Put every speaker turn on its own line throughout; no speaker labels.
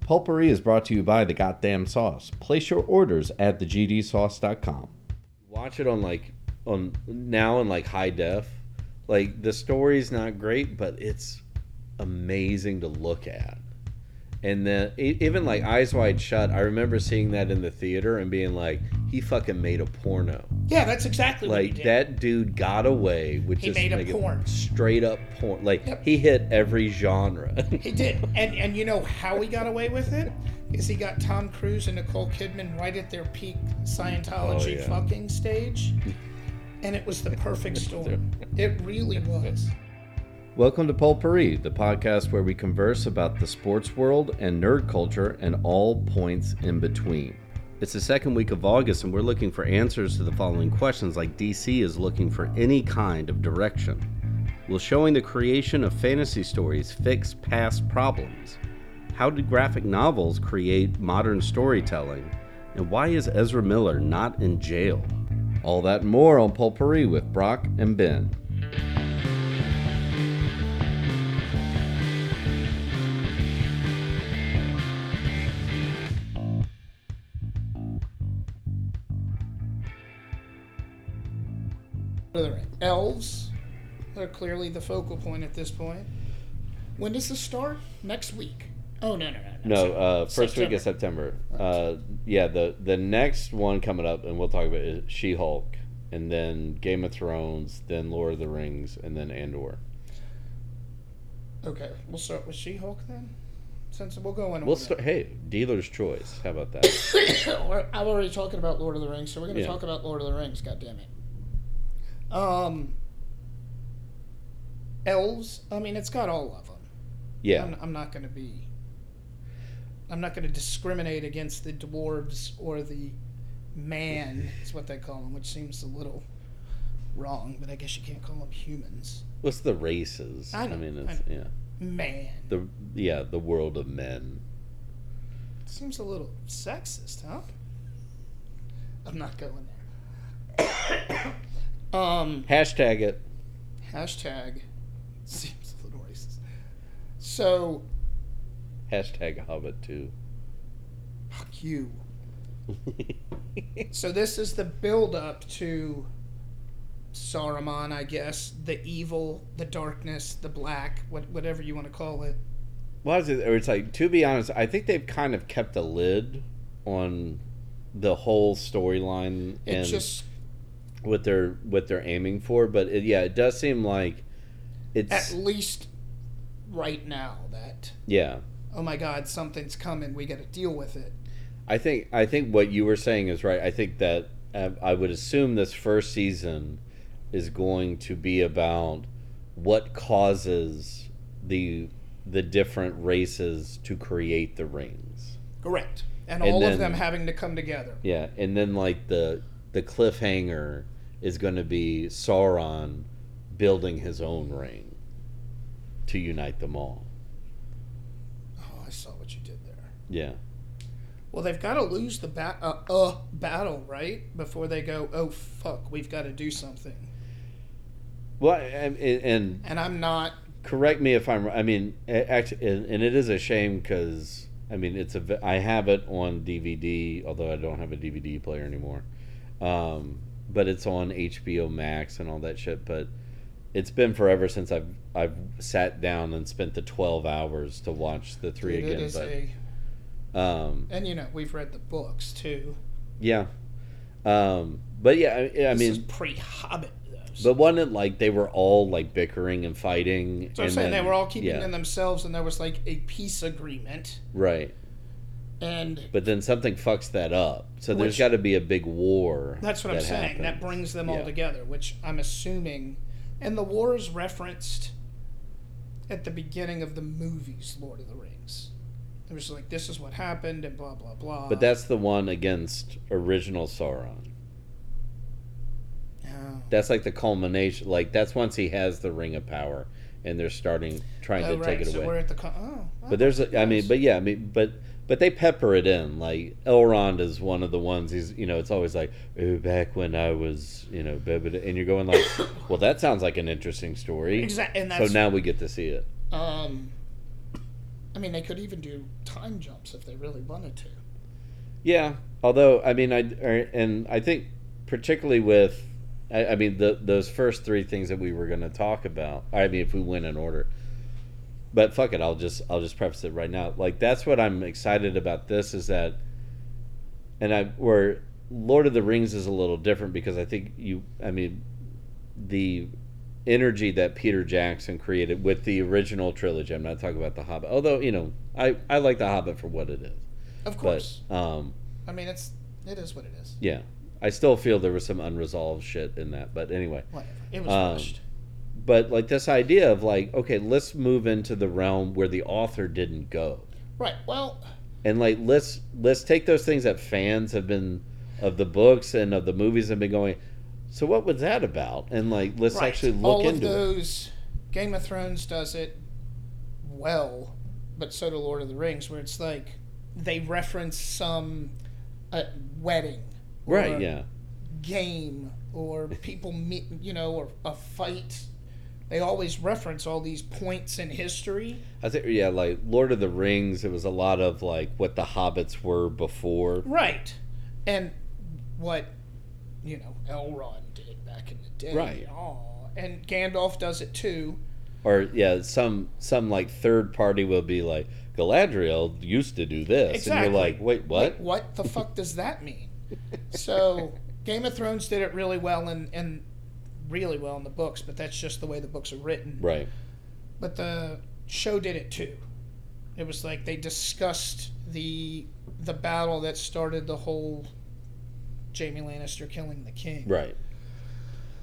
Pulpery is brought to you by the goddamn sauce. Place your orders at thegdsauce.com.
watch it on like on now in like high def like the story's not great but it's amazing to look at and then e- even like eyes wide shut i remember seeing that in the theater and being like he fucking made a porno
Yeah, that's exactly what he
like
did.
that dude got away with
He
just
made a
making
porn.
straight up porn like
Yep.
he hit every genre
He did, and and you know how he got away with it is he got Tom Cruise and Nicole Kidman right at their peak Scientology
Oh, yeah.
fucking stage, and it was the perfect storm. It really was.
Welcome to Pulpery, the podcast where we converse about the sports world and nerd culture and all points in between. It's the second week of August, and we're looking for answers to the following questions like DC is looking for any kind of direction. Will showing the creation of fantasy stories fix past problems? How do graphic novels create modern storytelling? And why is Ezra Miller not in jail? All that and more on Pulpery with Brock and Ben.
What are they? Elves are clearly the focal point at this point. When does this start? Next week. Oh no no no
No, uh, first week of September. Uh, yeah, the the next one coming up, and we'll talk about it, is She Hulk, and then Game of Thrones, then Lord of the Rings, and then Andor.
Okay, we'll start with She-Hulk then, since we'll go in.
We'll
order.
start. Hey, dealer's choice. How about that?
We're- I'm already talking about Lord of the Rings, so we're going to
Yeah.
talk about Lord of the Rings. God damn it. Um, elves. I mean, it's got all of them.
Yeah,
I'm, I'm not going to be. I'm not going to discriminate against the dwarves or the man. Is what they call them, which seems a little wrong. But I guess you can't call them humans.
what's the races?
I know,
mean,
I
it's, yeah,
Man
the yeah the world of men.
seems a little sexist, huh? I'm not going there. um.
Hashtag it.
Hashtag seems a little racist. So
Hashtag Hobbit too.
fuck you. So this is the build up to Saruman, I guess, the evil, the darkness, the black, what, whatever you want to call it.
Why is it? Or it's like to be honest, I think they've kind of kept a lid on the whole storyline.
It
and-
just
what they're what they're aiming for but it, yeah it does seem like
at
it's
least right now that
yeah
oh my god, something's coming, we got to deal with it.
i think i think what you were saying is right i think that uh, i would assume this first season is going to be about what causes the the different races to create the rings
Correct. And,
And
all
then-
of them having to come together.
yeah and then like the the cliffhanger is going to be sauron building his own ring to unite them all
Oh, I saw what you did there.
yeah
Well, they've got to lose the ba- uh, uh, battle, right? Before they go, oh, fuck, we've got to do something.
well and, and
And I'm not.
correct me if I'm. I mean, actually, and, and it is a shame because I mean, it's a. v- I have it on DVD, although I don't have a DVD player anymore. Um, but it's on HBO Max and all that shit. But it's been forever since I've I've sat down and spent the twelve hours to watch the three
Dude, it is
again.
a.
But um,
And, you know, we've read the books, too.
yeah, um, but yeah, I, I
This
mean.
is pre Hobbit, though. So
but wasn't it like they were all like bickering and fighting?
I'm
and
saying
then-
they were all keeping
yeah,
in themselves, and there was like a peace agreement.
right.
And
But then something fucks that up. So there's
Which-
got to be a big war.
that's what I'm
that
saying. That
happens.
brings them all
Yeah.
together, which I'm assuming. And the war is referenced at the beginning of the movies, Lord of the Rings. It was like, this is what happened, and blah, blah, blah.
But that's the one against original Sauron.
Oh.
That's like the culmination. Like that's once he has the Ring of Power, and they're starting trying
Oh,
to
right.
take it
so
away.
We're at the con- oh, well,
But there's, a, I mean, but yeah, I mean, but but they pepper it in. Like Elrond is one of the ones. He's, you know, it's always like, oh, back when I was, you know, blah, blah, blah," and you're going like, well, that sounds like an interesting story.
Exact- and
So
that's-
now we get to see it.
um, I mean, they could even do time jumps if they really wanted to.
Yeah, although I mean, I er, and I think particularly with, I, I mean, the those first three things that we were going to talk about. I mean, if we went in order, but fuck it, I'll just I'll just preface it right now. Like that's what I'm excited about. This is that, and I where Lord of the Rings is a little different because I think you, I mean, the energy that Peter Jackson created with the original trilogy. I'm not talking about the Hobbit, although you know I I like the Hobbit for what it is.
Of course.
But um,
I mean, it's it is what it is.
yeah, I still feel there was some unresolved shit in that. But anyway,
Whatever. It was
Um,
rushed.
but like this idea of like, okay, let's move into the realm where the author didn't go,
Right. Well,
and like let's let's take those things that fans have been of the books and of the movies have been going. So what was that about? And like, let's
right.
actually look
all
into
of
it.
those. Game of Thrones does it well, but so do Lord of the Rings, where it's like they reference some uh, wedding, or
Right? Yeah.
game, or people meet, you know, or a fight. They always reference all these points in history.
I think yeah, like Lord of the Rings, it was a lot of like what the hobbits were before.
Right. And what, you know, Elrond did back in the day.
Right.
Aw. And Gandalf does it too.
Or yeah, some some like third party will be like Galadriel used to do this. And
Exactly.
you're like, "Wait, what?"
Like, what the fuck does that mean? So, Game of Thrones did it really well and, and really well in the books, but that's just the way the books are written.
Right.
But the show did it too. It was like they discussed the the battle that started the whole Jamie Lannister killing the king.
Right.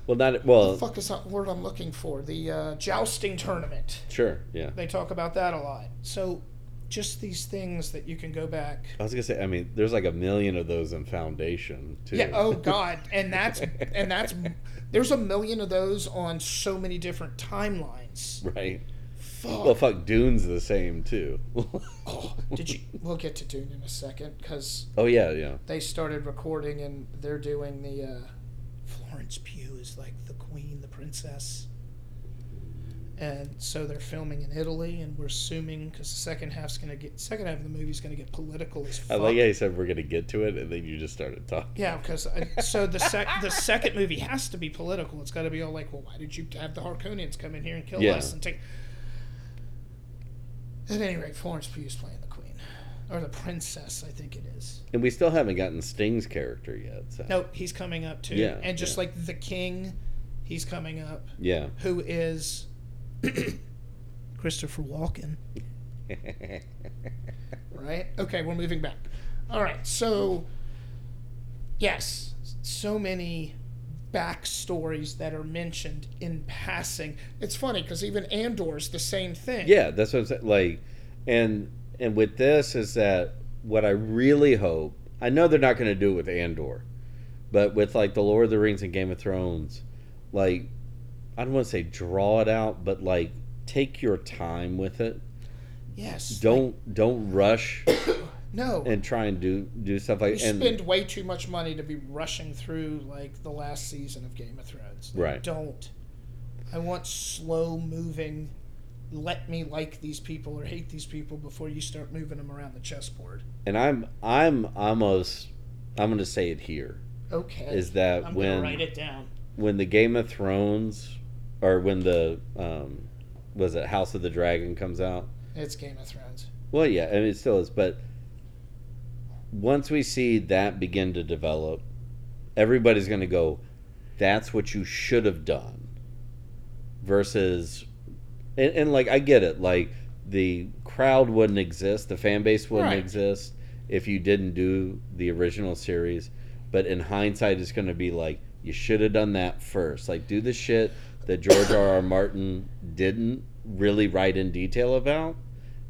Well, not
The
well,
fuck is that word I'm looking for? The uh, jousting tournament.
sure. Yeah.
They talk about that a lot. So, just these things that you can go back.
I was going to say, I mean, there's like a million of those in Foundation, too.
Yeah. Oh God. And that's and that's there's a million of those on so many different timelines.
right.
Fuck. Oh,
Well, fuck, Dune's the same, too.
Did you? We'll get to Dune in a second because
oh, yeah, yeah.
they started recording and they're doing the uh, Florence Pugh is like the queen, the princess. And so they're filming in Italy, and we're assuming because the second half's gonna get second half of the movie's gonna get political as
I
fuck.
like how you said we're going to get to it, and then you just started talking.
Yeah, because so the sec- the second movie has to be political. It's got to be all like, well, why did you have the Harkonnens come in here and kill
Yeah.
us and take? At any rate, Florence Pugh's playing the queen or the princess, I think it is.
And we still haven't gotten Sting's character yet. So.
Nope, he's coming up too.
Yeah,
and just
yeah.
like the king, he's coming up.
Yeah.
Who is Christopher Walken? right? Okay, we're moving back. All right, so yes, so many backstories that are mentioned in passing. It's funny because even Andor's the same thing.
Yeah, that's what I'm saying. Like, and and with this is that what I really hope. I know they're not going to do it with Andor, but with like the Lord of the Rings and Game of Thrones, like I don't want to say draw it out, but like take your time with it.
Yes.
Don't don't rush
no.
and try and do do stuff like
you
and
spend way too much money to be rushing through like the last season of Game of Thrones. Like,
Right.
Don't. I want slow moving. Let me like these people or hate these people before you start moving them around the chessboard.
and I'm I'm almost I'm going to say it here
Okay.
is that
I'm
when
gonna write it down.
when the Game of Thrones or when the um was it House of the Dragon comes out?
It's Game of Thrones.
Well, yeah, I mean it still is, but once we see that begin to develop, everybody's going to go that's what you should have done versus and, and like I get it, like the crowd wouldn't exist, the fan base wouldn't
Right.
exist if you didn't do the original series, but in hindsight it's going to be like you should have done that first. Like do the shit that George R. R. Martin didn't really write in detail about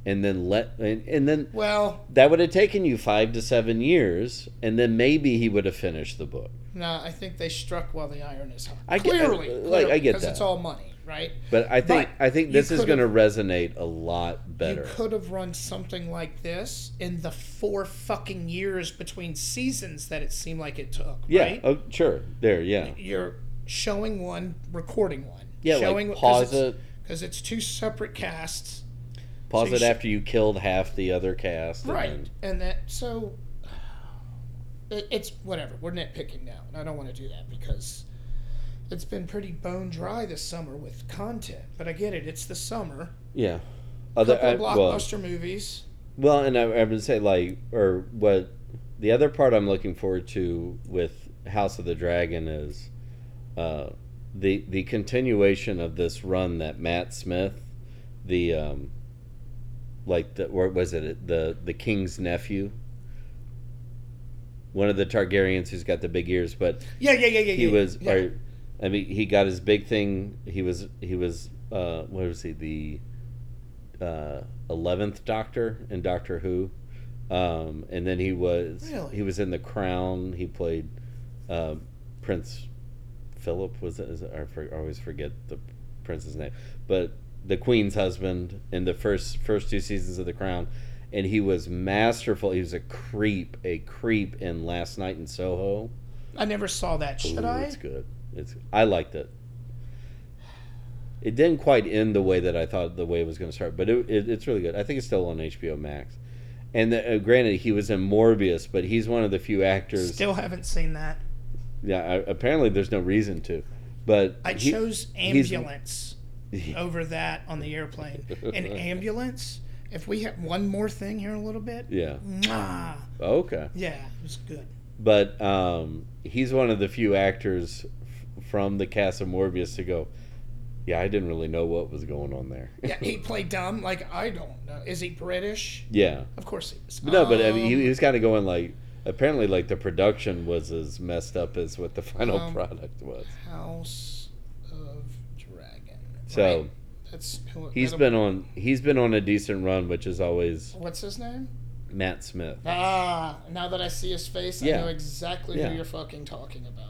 and then let and, and then
Well,
that would have taken you 5 to 7 years and then maybe he would have finished the book.
no, I think they struck while the iron is hot.
I get-
clearly,
I- like,
clearly,
I get
because
that.
it's all money, right?
But I think
But
I think
you
this is
could've-
going to resonate a lot better.
You could have run something like this in the four fucking years between seasons that it seemed like it took.
yeah,
right?
oh, sure. There, yeah.
You're showing one, recording one.
Yeah,
showing
like pause
because
it.
it's two separate casts.
Pause
So you
it
sh-
after you killed half the other cast. and
Right.
then-
And that so it, it's whatever. We're nitpicking now, and I don't want to do that because it's been pretty bone dry this summer with content. But I get it. It's the summer.
yeah.
A
Other
couple
I,
of
uh, well,
blockbuster movies.
well, and I, I would say like or what the other part I'm looking forward to with House of the Dragon is uh, the the continuation of this run that Matt Smith, the um, like the what was it the the king's nephew. One of the Targaryens who's got the big ears, but
Yeah, yeah, yeah, yeah.
he
yeah,
was
yeah.
or, I mean he got his big thing he was he was uh what was he the uh 11th doctor in Doctor Who um and then he was
Really?
he was in The Crown he played uh, Prince Philip was it, is it I, for, I always forget the prince's name but the queen's husband in the first first two seasons of The Crown and he was masterful he was a creep a creep in Last Night in Soho
I never saw that. Should
Ooh,
I?
It's good. It's I liked it. It didn't quite end the way that I thought the way it was going to start, but it, it, it's really good. I think it's still on HBO Max. And the, uh, granted, he was in Morbius, but he's one of the few actors.
Still haven't seen that.
Yeah, I, apparently there's no reason to, but
I
he-
chose
he's-
ambulance over that on the airplane. An ambulance. If we have one more thing here in a little bit,
Yeah.
mwah,
Okay.
yeah, it was good.
but um, he's one of the few actors f- from the cast of Morbius to go. Yeah, I didn't really know what was going on there.
Yeah, he played dumb. Like I don't know. Is he British?
yeah.
Of course he is.
But no, but I mean,
Um,
he, he was kind of going like apparently like the production was as messed up as what the final
Um,
product was.
Oh, House of Dragon.
So
Right? that's who,
he's
that'll-
been on he's been on a decent run, which is always
What's his name?
Matt Smith.
Ah, now that I see his face, I
Yeah.
know exactly
Yeah.
who you're fucking talking about.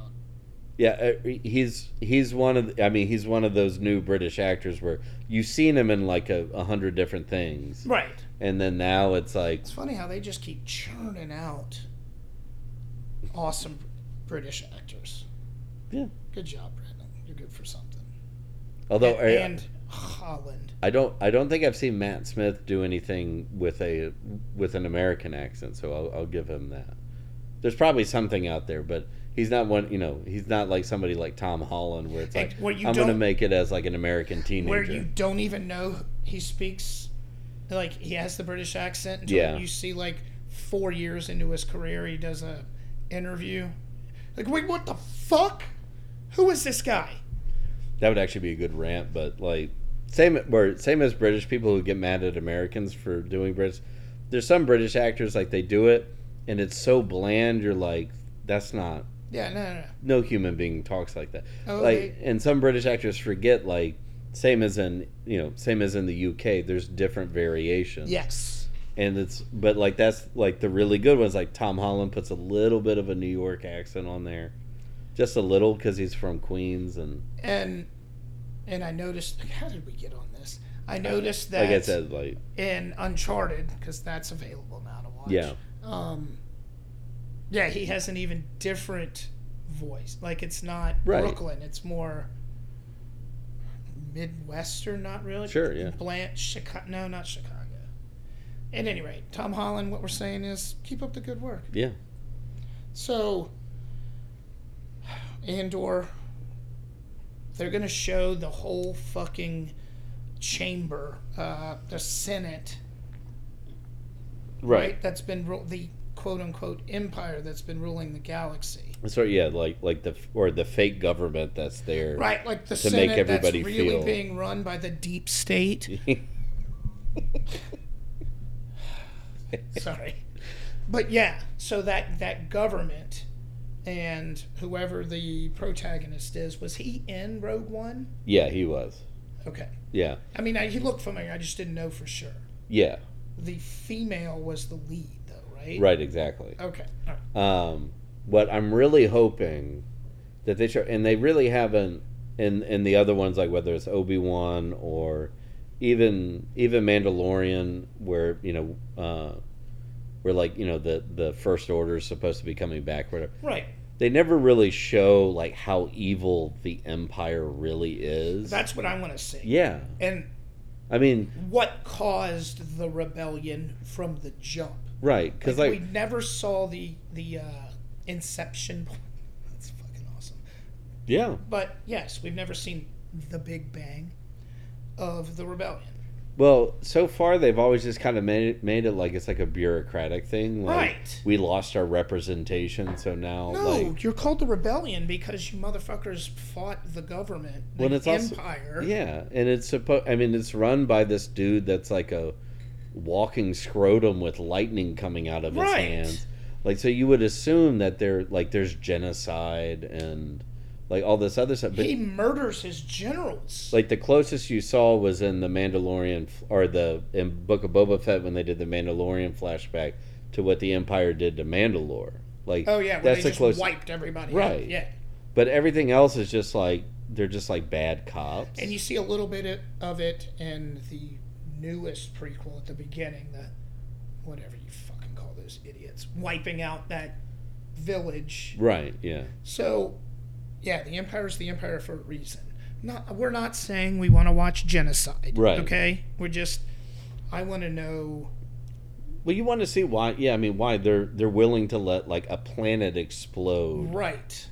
Yeah, uh, he's he's one of the, I mean he's one of those new British actors where you've seen him in like a, a hundred different things,
Right.
and then now it's like
It's funny how they just keep churning out awesome British actors.
Yeah.
Good job, Brandon. You're good for something.
although uh,
and,
I-
and Holland.
I don't I don't think I've seen Matt Smith do anything with a with an American accent, so I'll, I'll give him that. There's probably something out there, but he's not one. You know, he's not like somebody like Tom Holland, where it's
And
like
where you
I'm going to
don't-
make it as like an American teenager.
where you don't even know he speaks like he has the british accent until
Yeah.
you see like four years into his career he does a interview like wait what the fuck who is this guy
That would actually be a good rant, but like same where same as British people who get mad at Americans for doing British. There's some British actors like they do it, and it's so bland. You're like, that's not
yeah no no no
no human being talks like that.
Oh,
like and some British actors forget like same as in you know same as in the UK there's different variations.
yes
And it's but like that's like the really good ones like Tom Holland puts a little bit of a New York accent on there. Just a little cuz he's from Queens and
and and i noticed how did we get on this i noticed that
Uh, like I said like
in uncharted because that's available now to watch
yeah.
um yeah he has an even different voice like it's not
Right.
brooklyn it's more midwestern not really
Sure, yeah.
bland chicago no not chicago at any rate tom holland what we're saying is keep up the good work
Yeah.
so andor they're gonna show the whole fucking chamber uh the senate
Right.
That's been ru- the quote unquote empire that's been ruling the galaxy.
So yeah, like like the or the fake government that's there.
Right, like the
To
Senate
make everybody
that's really
feel-
being run by the deep state. Sorry, but yeah, so that that government and whoever the protagonist is was he in Rogue One?
yeah, he was.
Okay,
Yeah.
I mean I, he looked familiar. I just didn't know for sure.
Yeah.
The female was the lead though, right?
Right exactly.
Okay. All right.
Um, but I'm really hoping that they show, and they really haven't in in the other ones, like whether it's Obi Wan or even even Mandalorian, where you know, uh, where like you know the the First Order is supposed to be coming back. Whatever.
Right.
They never really show like how evil the Empire really is.
That's what I want to see.
yeah,
And
I mean,
What caused the rebellion from the jump?
right? Because like,
we never saw the the uh, inception. That's fucking awesome.
yeah,
But yes, we've never seen the Big Bang of the rebellion.
Well, so far they've always just kind of made it, made it like it's like a bureaucratic thing. Like
Right.
We lost our representation, so now
No,
like
you're called the rebellion because you motherfuckers fought the government, the
Well, it's also-
empire.
yeah, and it's supposed. I mean, it's run by this dude that's like a walking scrotum with lightning coming out of his
Right.
hands. Like so, you would assume that there like there's genocide and like all this other stuff, but.
he murders his generals.
like the closest you saw was in the Mandalorian f- or the in Book of Boba Fett when they did the Mandalorian flashback to what the Empire did to Mandalore. Like
oh yeah, where
that's
they
the
just
closest.
wiped everybody. out.
Right.
Yeah.
But everything else is just like they're just like bad cops.
And you see a little bit it- of it in the newest prequel at the beginning, that whatever you fucking call those idiots, wiping out that village.
right? Yeah.
So, yeah, the empire's the empire for a reason. Not, we're not saying we want to watch genocide.
Right.
Okay? We're just, I want to know.
Well, you want to see why? Yeah, I mean, why they're they're willing to let like a planet explode
Right.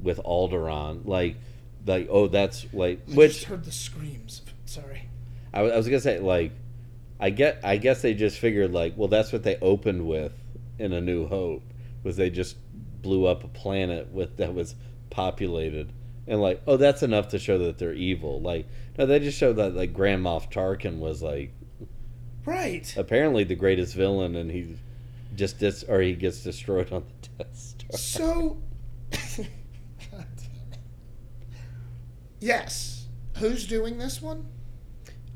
with Alderaan? Like, like oh, that's like
I
which
just heard the screams. Sorry.
I, wa- I was gonna say like, I get I guess they just figured like well that's what they opened with in A New Hope was they just blew up a planet with that was populated and like oh that's enough to show that they're evil like no they just showed that like Grand Moff Tarkin was like
Right.
apparently the greatest villain and he just dis or he gets destroyed on the Death Star
So, God damn it. yes. Who's doing this one?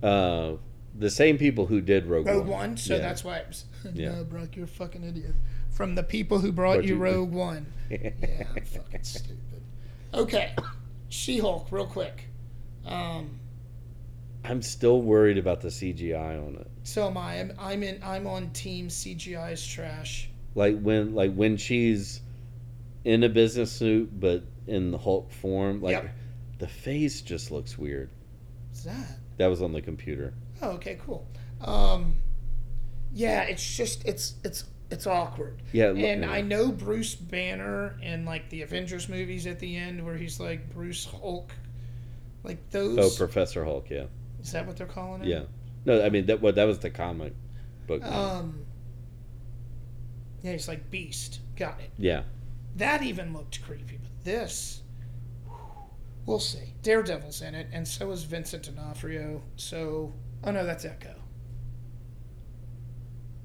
uh, the same people who did Rogue,
Rogue One. So
Yeah.
that's why. It was,
Yeah.
No, Brock, you're a fucking idiot. From the people who brought
Brought
you
you-
Rogue One. Yeah, I'm fucking stupid. Okay, She-Hulk, real quick. Um,
I'm still worried about the CGI on it.
so am I. I'm, I'm in. I'm on team CGI's trash.
like when like when she's in a business suit but in the Hulk form, like
Yep.
the face just looks weird.
What's that?
That was on the computer.
Oh, okay, cool. Um, yeah, it's just it's it's it's awkward.
Yeah, lo-
And
yeah.
I know Bruce Banner in like the Avengers movies at the end where he's like Bruce Hulk, like
Oh,
those.
Professor Hulk, yeah,
is that what they're calling it?
yeah. No, I mean that. Well, that was the comic book.
Um. Yeah, he's like Beast. Got it.
yeah,
That even looked creepy. But this, we'll see. Daredevil's in it, and so is Vincent D'Onofrio. So, oh no, that's Echo.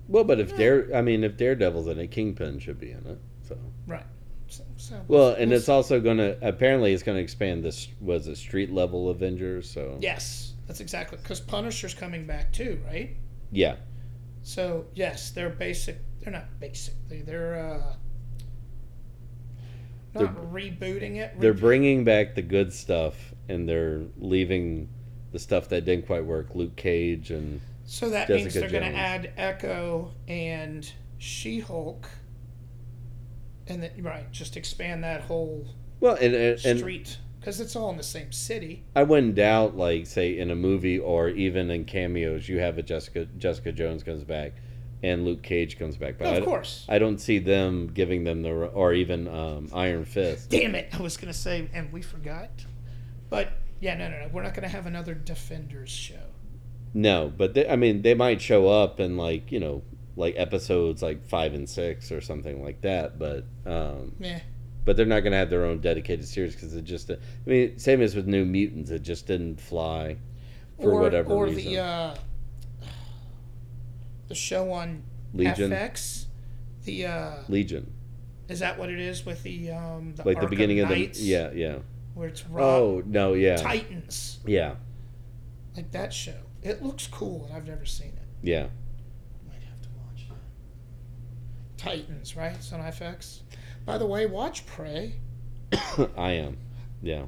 well, but if Dare, I mean, if Daredevil's in it, Kingpin should be in it. So
Right. So, so
well, and it's
see.
also gonna apparently it's gonna expand this was a street level Avengers. So
yes, that's exactly because Punisher's coming back too, right?
yeah,
So yes, they're basic. They're not basically. They're uh, not rebooting it.
they're
re-
bringing back the good stuff and they're leaving the stuff that didn't quite work. Luke Cage and
So that means they're
Jessica
going to
Jones.
add Echo and She Hulk, and then right, just expand that whole
Well, and and, and
street because it's all in the same city.
I wouldn't doubt, like, say in a movie or even in cameos, you have a Jessica Jessica Jones comes back, and Luke Cage comes back. But
No,
I,
of
don't-
course.
I don't see them giving them the r- or even um, Iron Fist.
Damn it! I was going to say, and we forgot. But yeah, no, no, no. We're not going to have another Defenders show.
No, but they, I mean they might show up in like you know like episodes like five and six or something like that. But um,
Meh.
but they're not gonna have their own dedicated series because it just I mean same as with New Mutants, it just didn't fly for
or,
whatever
or
reason.
the uh, the show on
Legion,
FX. The uh,
Legion,
is that what it is with the um, the
like the
Arkham
beginning of the
Knights,
yeah yeah.
where it's Rob
Oh no, yeah,
Titans.
yeah,
like that show. It looks cool, and I've never seen it.
yeah.
Might have to watch that. Titans, right? It's on FX. By the way, watch Prey.
I am, yeah.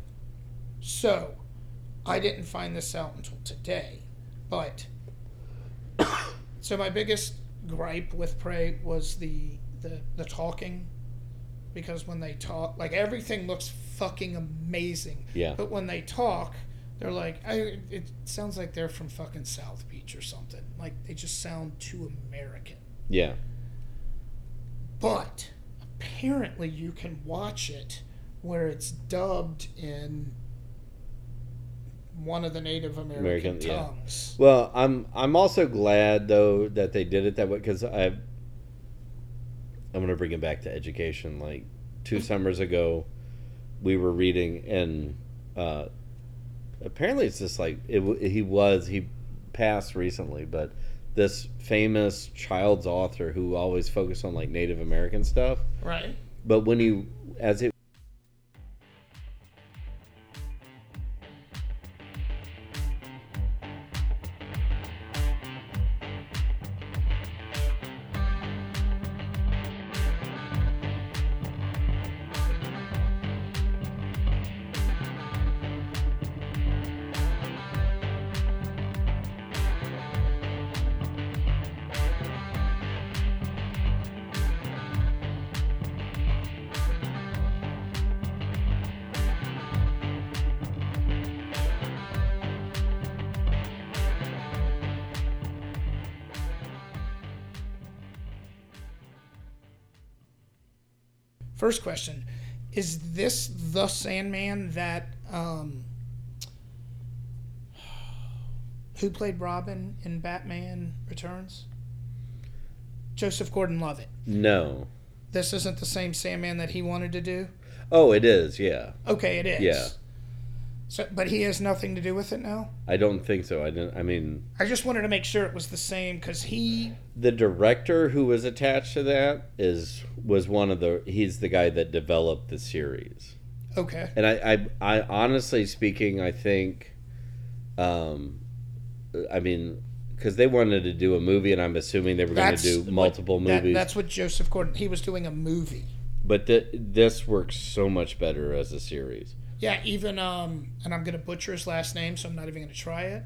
So, I didn't find this out until today, but so my biggest gripe with Prey was the the the talking, because when they talk, like everything looks fucking amazing.
Yeah.
But when they talk, They're like, I, it sounds like they're from fucking South Beach or something. Like they just sound too American.
Yeah.
But apparently, you can watch it where it's dubbed in one of the Native American,
American, yeah.
tongues.
Well, I'm I'm also glad though that they did it that way because I I'm gonna bring it back to education. Like two summers ago, we were reading and uh, apparently it's just like it, w- he was he passed recently, but this famous child's author who always focused on like Native American stuff.
Right.
But when he, as it,
First question Is this the Sandman that. Um, who played Robin in Batman Returns? Joseph Gordon Levitt.
no,
This isn't the same Sandman that he wanted to do?
oh, it is, yeah.
Okay, it is.
Yeah.
So, but he has nothing to do with it now?
I don't think so. I didn't. I mean,
I just wanted to make sure it was the same because he.
the director who was attached to that is was one of the he's the guy that developed the series
Okay.
and i i, I honestly speaking i think um i mean because they wanted to do a movie and i'm assuming they were going to
That's
do
what-
multiple
that-
movies
that's what Joseph Gordon. He was doing a movie.
but th- this works so much better as a series
Yeah, even um, and I'm gonna butcher his last name, so I'm not even gonna try it.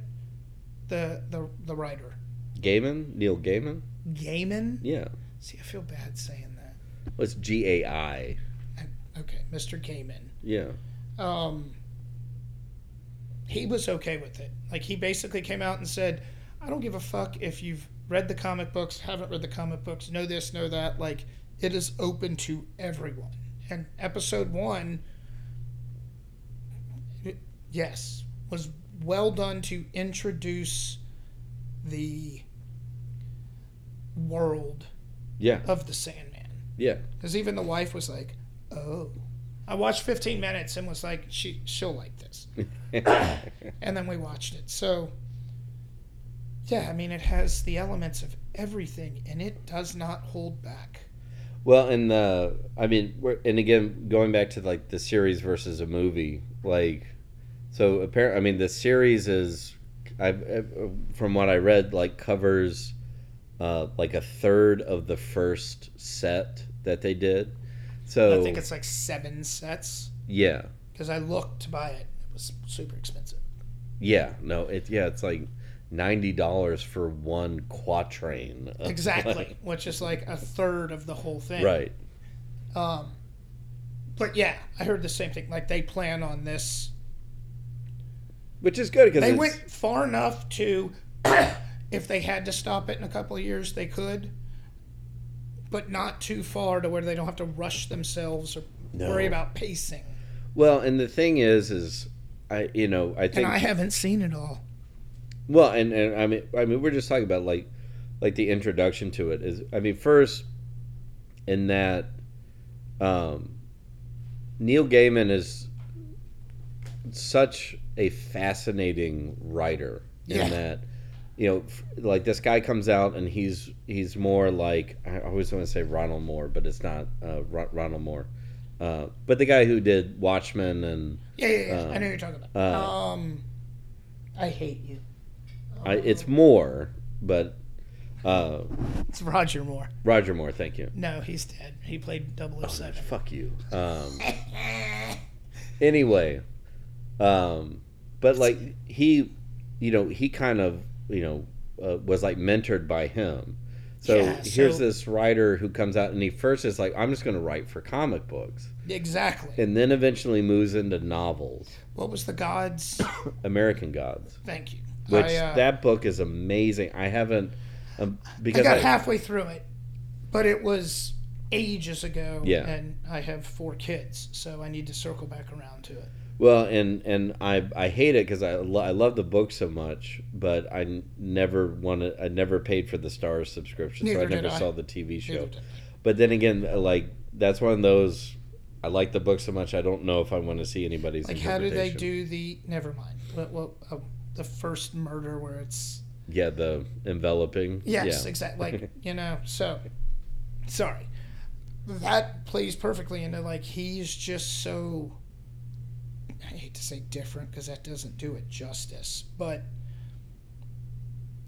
The the the writer
gaiman neil gaiman
Gaiman.
yeah
See, I feel bad saying that.
what's g-a-i
I, okay, Mr. Gaiman.
yeah
Um, he was okay with it. Like he basically came out and said, "I don't give a fuck if you've read the comic books, haven't read the comic books, know this, know that. Like it is open to everyone." And episode one, yes, was well done to introduce the world
yeah
of the Sandman.
yeah
Because even the wife was like, "Oh." I watched 15 minutes and was like, "She she'll like this," and then we watched it. So, yeah, I mean, it has the elements of everything, and it does not hold back.
Well, and the I mean, we're, and again, going back to like the series versus a movie, like so apparently, I mean, the series is, I I- from what I read, like covers uh, like a third of the first set that they did. So
I think it's like seven sets
yeah,
because I looked to buy it. It was super expensive.
yeah, no, it's yeah, it's like ninety dollars for one quatrain. of,
Exactly, which is like a third of the whole
like-
thing.
Oh. right.
Um, but yeah, I heard the same thing. Like they plan on this
Which is good because
They went far enough to, if they had to stop it in a couple of years, they could, but not too far to where they don't have to rush themselves or
No.
worry about pacing.
well, and the thing is, is I you know I
And
think
I haven't seen it all.
Well, and, and I mean, I mean, we're just talking about like, like the introduction to it is. I mean, first, in that, um, Neil Gaiman is such a fascinating writer
Yeah.
in that, you know, f- like this guy comes out and he's he's more like I always want to say Ronald Moore, but it's not uh, Ro- Ronald Moore, uh, but the guy who did Watchmen and
Yeah, yeah, yeah. I
Um,
know what you're talking about.
uh,
um, I hate you.
I, it's Moore, but. Uh,
It's Roger Moore.
Roger Moore, thank you.
No, he's dead. He played 007.
Fuck you. Um, anyway, um, but like he, you know, he kind of, you know, uh, was like mentored by him. So
Yeah,
here's
so-
this writer who comes out and he first is like, I'm just going to write for comic books.
Exactly.
And then eventually moves into novels,
What was the gods?
American Gods,
Thank you.
which
I, uh,
that book is amazing. I haven't, um,
I
because
got
I,
halfway through it, but it was ages ago.
Yeah.
And I have four kids, so I need to circle back around to it.
Well, and and I I hate it because I lo- I love the book so much, but I n- never wanted I never paid for the Stars subscription, so I
Neither did
never
I.
saw the TV show.
Neither did
But then again, uh, like that's one of those. I like the book so much, I don't know if I want to see anybody's.
Like, how do they
interpretation.
do the? Never mind. Well, well uh, the first murder where it's
Yeah, the enveloping.
yes,
Yeah.
exactly. Like you know, so sorry. That plays perfectly into like he's just so. I hate to say different because that doesn't do it justice, but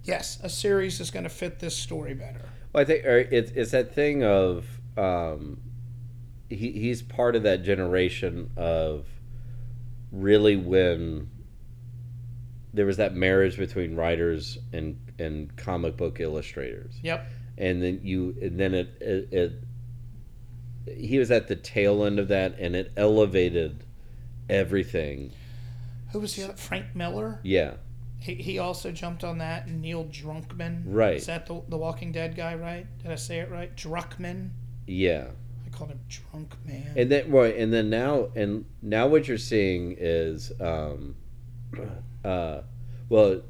yes, a series is going to fit this story better.
Well, I think or it's it's that thing of um, he he's part of that generation of really when there was that marriage between writers and and comic book illustrators,
Yep.
and then you and then it it. it he was at the tail end of that, and it elevated everything.
Who was the other? Frank Miller.
Yeah,
He, he also jumped on that. And Neil Drunkman.
Right.
Is that the, the Walking Dead guy, right? Did I say it right? Druckman.
yeah.
I called him Drunk Man.
And then right, and then now and now what you're seeing is um uh well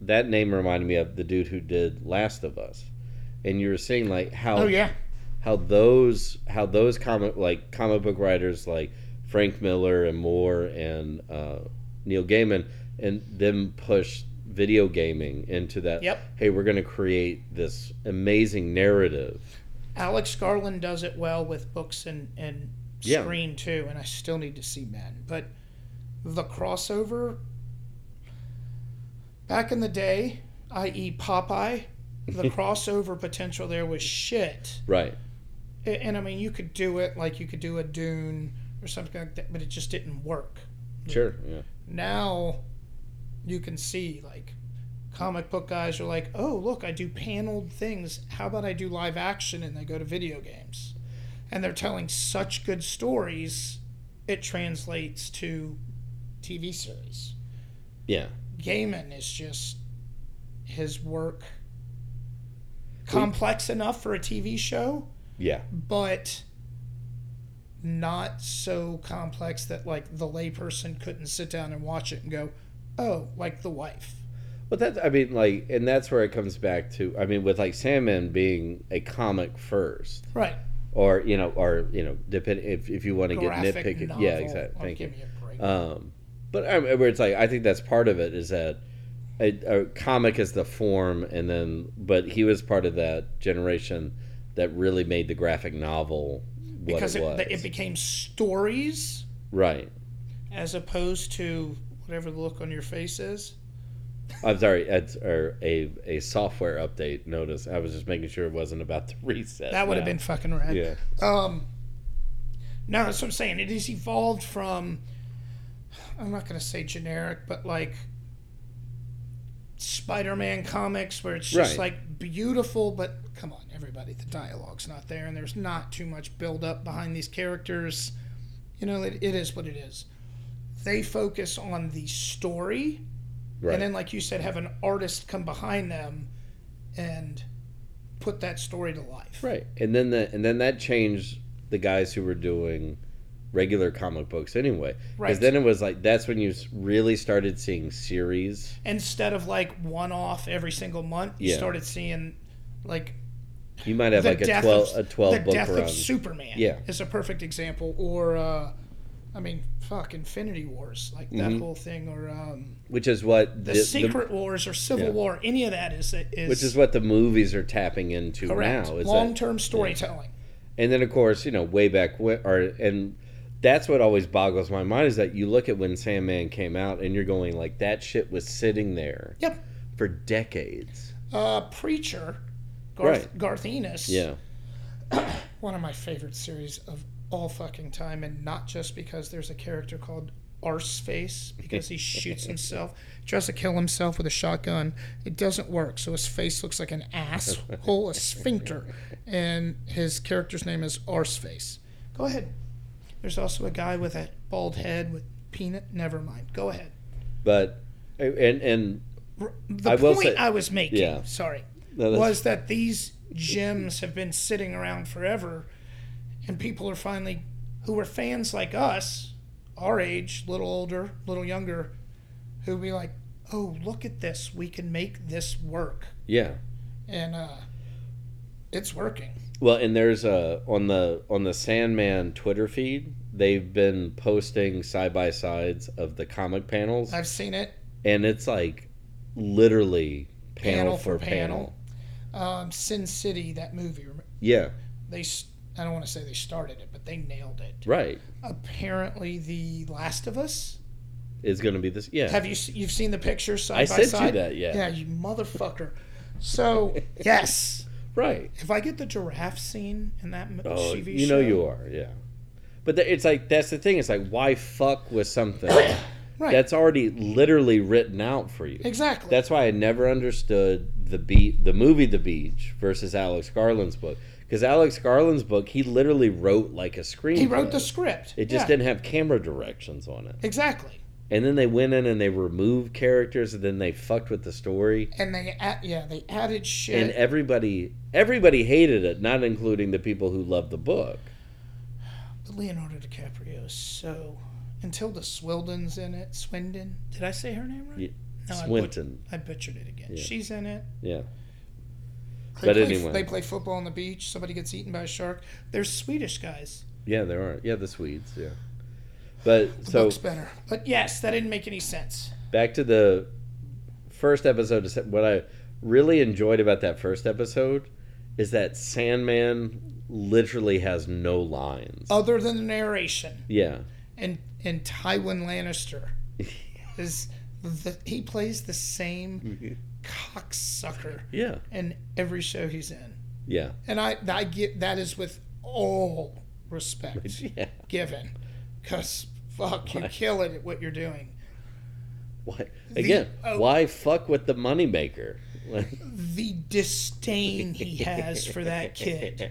that name reminded me of the dude who did Last of Us. And you were seeing like how
oh, yeah.
how those how those comic like comic book writers like Frank Miller and Moore and uh, Neil Gaiman and them push video gaming into that
Yep.
hey we're going to create this amazing narrative
Alex Garland does it well with books and, and
Yeah.
screen too, and I still need to see men. But the crossover back in the day, i.e. Popeye, the crossover potential there was shit.
right
A- And I mean you could do it like you could do a dune or something like that, but it just didn't work.
sure yeah
now you can see like comic book guys are like oh look i do paneled things how about i do live action and they go to video games and they're telling such good stories it translates to tv series
yeah
gaiman is just his work complex enough for a tv show
yeah
but not so complex that like the layperson couldn't sit down and watch it and go, oh, like the wife.
Well, that's I mean, like, and that's where it comes back to. I mean, with like Sandman being a comic first,
Right.
or you know, or you know, depend if if you want to get
Graphic
nitpicky,
novel.
yeah, exactly.
Oh,
Thank you.
give me a break.
Um, but I mean, where it's like, I think that's part of it is that a, a comic is the form, and then but he was part of that generation that really made the graphic novel what
because
it
it,
was,
it became stories
right?
as opposed to whatever the look on your face is.
I'm sorry, it's or a a software update. Notice, I was just making sure it wasn't about the reset.
That would have
now.
been fucking rad.
yeah.
Um, no, that's what I'm saying. It has evolved from, I'm not going to say generic, but like Spider Man comics, where it's just
Right.
like beautiful, but come on, everybody, the dialogue's not there and there's not too much build up behind these characters. You know, it, it is what it is. They focus on the story,
Right.
and then, like you said, have an artist come behind them and put that story to life.
Right, and then the and then that changed the guys who were doing regular comic books anyway. Because
Right.
then it was like that's when you s- really started seeing series.
instead of like one off every single month, you
Yeah.
started seeing like
You might have
the
like a
death
twelve
of
a twelve
the
book
death
run.
of Superman.
Yeah.
is a perfect example. Or uh, I mean, fuck Infinity Wars, like that whole thing, or um,
which is what
the,
Mm-hmm. the- the-
Secret Wars or Civil
Yeah.
War. Any of that is is,
which is what the movies are tapping into
correct.
now. Is
Long
that,
term storytelling.
and then of course you know way back when, or and that's what always boggles my mind is that you look at when Sandman came out and you're going like that shit was sitting there
Yep.
for decades.
Uh, Preacher, Garth,
Right.
Garth Ennis.
Yeah.
one of my favorite series of all fucking time, and not just because there's a character called arse face because he shoots himself, tries to kill himself with a shotgun. It doesn't work, so his face looks like an asshole, a sphincter, and his character's name is arse face. Go ahead. There's also a guy with a bald head with peanut. Never mind. Go ahead.
But and and
R- The
I will
point
say-
I was making,
yeah.
sorry,
No, that's-
was that these gems have been sitting around forever, and people are finally, who were fans like us, our age, little older, little younger, who be like, oh, look at this. We can make this work.
yeah.
And uh, it's working.
Well, and there's a on the on the Sandman Twitter feed, they've been posting side by sides of the comic panels,
I've seen it.
and it's like literally panel,
Panel
for
for
panel.
panel. Um, Sin City, that movie, rem-
Yeah,
they, s- I don't want to say they started it, but they nailed it.
right.
Apparently, The Last of Us.
It's gonna be this. Yeah,
Have you s- you've seen the pictures side
I
by
sent you
side?
that, yeah.
Yeah, you motherfucker. So yes,
right.
if I get the giraffe scene in that m-
Oh,
TV
you
show,
know you are. Yeah, but th- it's like that's the thing. It's like why fuck with something
right?
that's already literally written out for you.
exactly.
That's why I never understood the beat, the movie The Beach versus Alex Garland's book, because Alex Garland's book he literally wrote like a screenplay.
he wrote the script.
uh, It just
Yeah,
didn't have camera directions on it.
exactly.
And then they went in and they removed characters, and then they fucked with the story.
And they a- yeah they added shit.
And e everybody, everybody hated it, not including the people who loved the book.
But Leonardo DiCaprio is so. Until the Swildon's in it, Swindon. Did I say her name right?
Yeah,
No, I but-
Swinton,
I, butchered it again.
Yeah.
She's in it.
yeah,
They
But
play,
anyway.
they play football on the beach. Somebody gets eaten by a shark. They're Swedish guys.
yeah, there are, yeah, the Swedes, yeah. But
The
so
book's better. But yes, that didn't make any sense.
back to the first episode of- what i really enjoyed about that first episode is that sandman literally has no lines
Other than the narration
yeah
and and Tywin Lannister is the, he plays the same cocksucker
yeah
in every show he's in.
yeah
And I I get that is with all respect
yeah
given, because fuck, you kill it at what you're doing.
why again
oh.
why fuck with the moneymaker Like,
The disdain he has for that kid.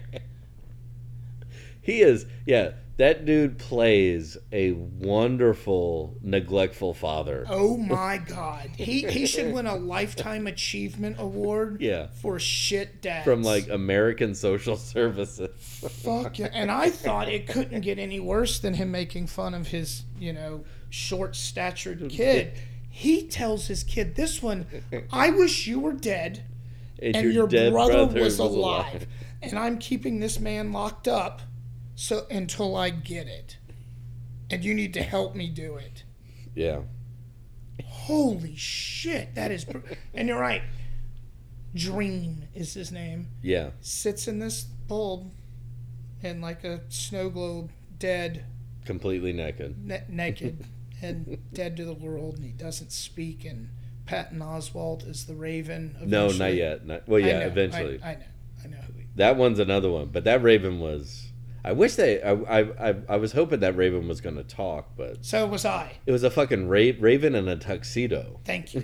he is yeah that dude plays a wonderful neglectful father
Oh my God, he he should win a lifetime achievement award
yeah
for shit dads
from like american social services
Fuck yeah. And I thought it couldn't get any worse than him making fun of his, you know, short statured kid. He tells his kid, This one, I wish you were dead and your,
dead
brother, was, alive. And I'm keeping this man locked up so until I get it. And you need to help me do it.
yeah
Holy shit, that is. Br- and you're right. Dream is his name
yeah
sits in this bulb and like a snow globe dead
completely naked
ne- naked and dead to the world and he doesn't speak and patton oswald is the raven
No, not
eventually.
yet. Not, well,
I
yeah,
know, I-
eventually.
I, know i know who he
that one's another one, but that Raven was. I wish they. I I, I, I was hoping that Raven was going to talk, but
so was i
it was a fucking ra- Raven in a tuxedo.
thank you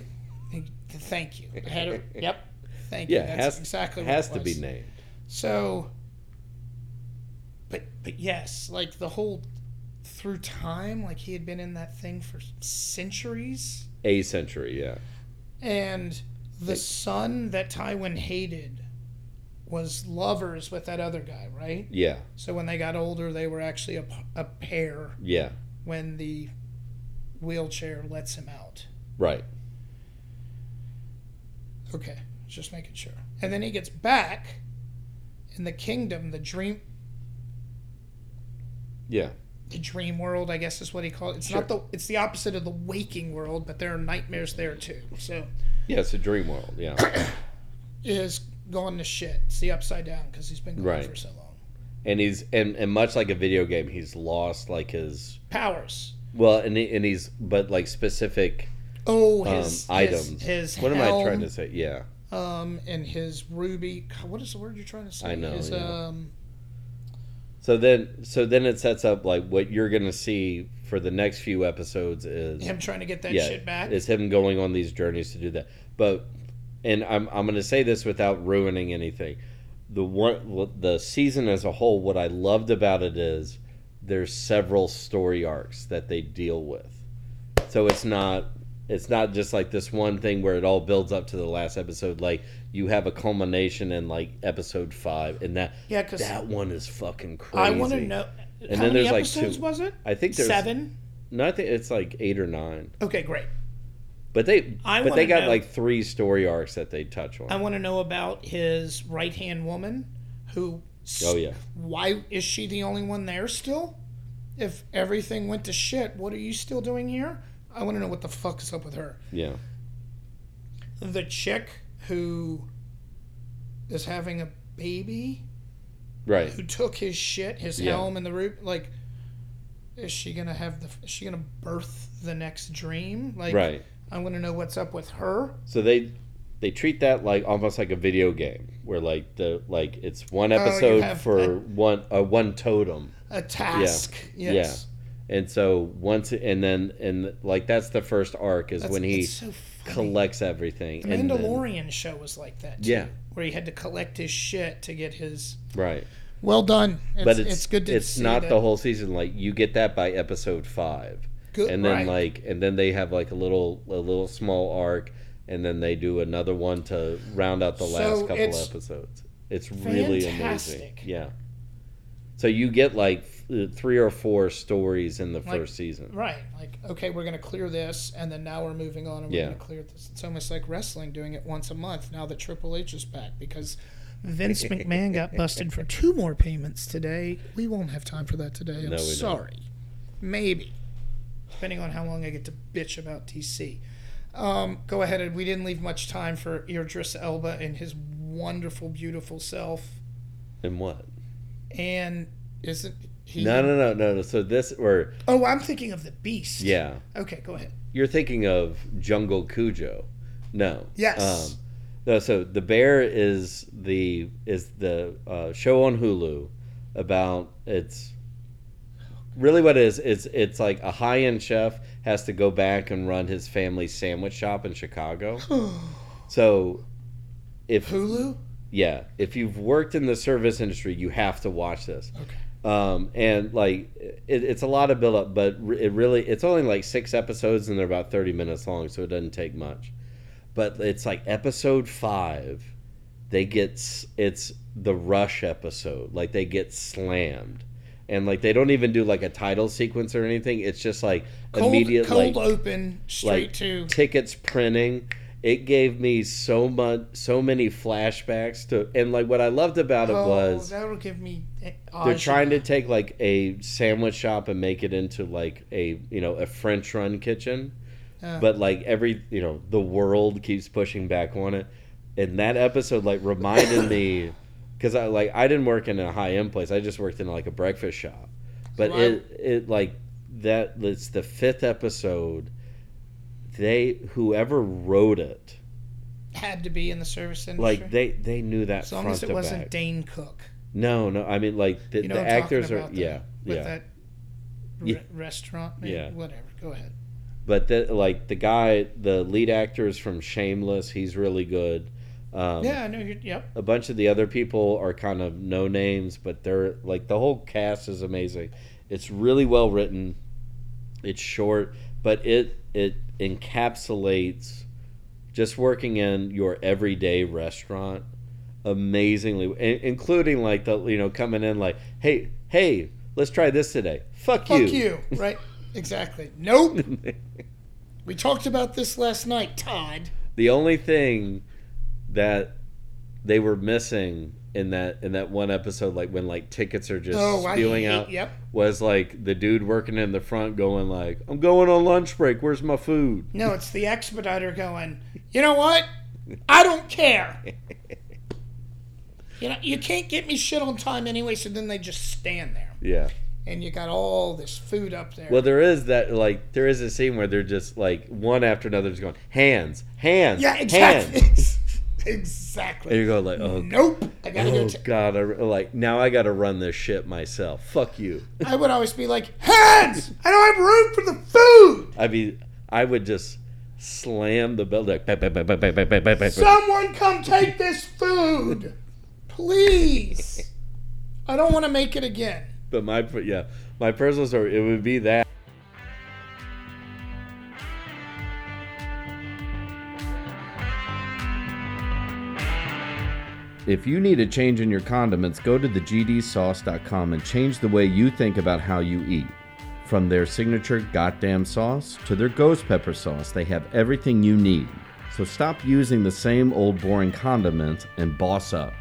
Thank- thank you I had it. yep thank
Yeah,
you
it
that's
has
exactly what
has
it
to be
was.
named.
So, but but yes, like the whole through time, like he had been in that thing for centuries,
A century, yeah,
and the son that Tywin hated was lovers with that other guy, right?
yeah,
So when they got older, they were actually a, p- a pair
yeah,
when the wheelchair lets him out.
right,
Okay, just making sure. And then he gets back in the kingdom, the dream
yeah,
the dream world, I guess is what he called it. It's not the it's the opposite of the waking world, but there are nightmares there too. So
yeah. It's a dream world, yeah.
is gone to shit. It's the upside down because he's been gone
Right.
for so long.
and he's and, and much like a video game, he's lost like his
Powers.
well, and he, and he's but like specific
Oh,
um,
his
items.
His, his
what am I trying to
say?
say? Yeah,
Um, and his ruby. God, What is the word you're trying to say?
I know,
His,
yeah.
um,
So then, so then it sets up like what you're gonna see for the next few episodes is
Him trying to get that shit back.
It's him going on these journeys to do that. But and I'm I'm going to say this without ruining anything. The one the season as a whole, what I loved about it is there's several story arcs that they deal with. So it's not it's not just like this one thing where it all builds up to the last episode. Like you have a culmination in like episode five, and that
Yeah, 'cause
that one is fucking crazy.
I want to know.
And
how
then
many
there's, like,
episodes
two-
was it?
I think there's
Seven.
No, I think it's like eight or nine.
Okay, great.
But they
I
but they
wanna
got
know-
like three story arcs that they touch on.
I want to know about his right hand woman, who. s-
oh yeah.
Why is she the only one there still? If everything went to shit, what are you still doing here? I want to know what the fuck is up with her.
Yeah.
The chick who is having a baby,
Right.
who took his shit, his
Yeah.
helm and the root, like. Is she gonna have the? Is she gonna birth the next dream? Like,
Right.
I want to know what's up with her.
So they they treat that like almost like a video game where like the like it's one
Oh, you
episode
have
for
a-
one uh, one totem.
A task.
Yeah.
Yes.
And so once and then and like that's the first arc is
That's-
when he
it's so funny.
collects everything.
The
and then-
Mandalorian show was like that. Too,
Yeah.
Where he had to collect his shit to get his.
Right.
Well done. It's,
but it's,
good to
it's
see
not
that.
the whole season like you get that by episode 5.
Good-
and then
right.
like and then they have like a little a little small arc and then they do another one to round out the
So
last couple
it's
episodes it's really amazing
fantastic.
yeah so you get like th- three or four stories in the
Like-
first season
Right. Like, okay, we're going to clear this, and then now we're moving on and we're
Yeah.
going to clear this. It's almost like wrestling doing it once a month now that Triple H is back because Vince McMahon got busted for two more payments today. We won't have time for that today. I'm
No, we don't.
sorry. Maybe. Depending on how long I get to bitch about DC. Um, go ahead. and We didn't leave much time for Idris Elba and his wonderful, beautiful self.
and what
And isn't he?
no no no no no so this or
Oh, I'm thinking of the Beast.
yeah
Okay, go ahead.
you're thinking of jungle cujo no
Yes.
um, no so the bear is the is the uh, show on hulu about it's really what it is it's it's like a high-end chef has to go back and run his family sandwich shop in chicago so if
Hulu?
yeah if you've worked in the service industry you have to watch this
Okay.
um, and like it, it's a lot of build up, but re- it really it's only like six episodes and they're about thirty minutes long, so it doesn't take much. But it's like episode five, they get s- it's the rush episode, like they get slammed, and like they don't even do like a title sequence or anything. It's just like
Cold,
immediate
cold
like
open straight
like
to
tickets printing. It gave me so much, so many flashbacks to, and like what I loved about it
oh,
was
that'll give me eh,
they're
nausea.
trying to take like a sandwich shop and make it into like a you know a french run kitchen
Uh.
but like every you know the world keeps pushing back on it and that episode like reminded me because i like i didn't work in a high-end place i just worked in like a breakfast shop but
Right.
it it like that it's the fifth episode they whoever wrote it
had to be in the service industry.
like they they knew that
as long
front
as it
to
wasn't
back.
Dane Cook.
no no i mean like the,
You know
the
what I'm
actors
talking
are
about though,
yeah
With
yeah
that re-
Yeah.
restaurant maybe?
Yeah.
whatever. Go ahead.
But the, like the guy, the lead actor is from Shameless. He's really good. Um,
yeah, I know you yep.
A bunch of the other people are kind of no names, but they're like the whole cast is amazing. It's really well written. It's short, but it it encapsulates just working in your everyday restaurant amazingly, in- including like the you know coming in like hey hey let's try this today. Fuck you.
Fuck you. Right? exactly. Nope. we talked about this last night, Todd.
the only thing that they were missing in that in that one episode like when like tickets are just
Oh, I
spewing
hate-
out
yep.
was like the dude working in the front going like i'm going on lunch break where's my food
No, it's the expediter going, you know what? I don't care. You know, you can't get me shit on time anyway, so then they just stand there.
yeah
And you got all this food up there.
well there is that like there is a scene where they're just like one after another just going hands hands
yeah, exactly.
hands.
exactly.
And you go like, oh,
nope. I gotta
oh
go. T-
God, I, re- like now I got to run this shit myself. Fuck you.
I would always be like, hands. I don't have room for the food.
I mean, I would just slam the bell like, bang, bang, bang, bang, bang, bang, bang, bang, bang.
Someone come take this food, please. I don't want to make it again.
but my per- yeah, my personal story it would be that.
If you need a change in your condiments, go to thegdsauce.com and change the way you think about how you eat. From their signature goddamn sauce to their ghost pepper sauce, they have everything you need. So stop using the same old boring condiments and boss up.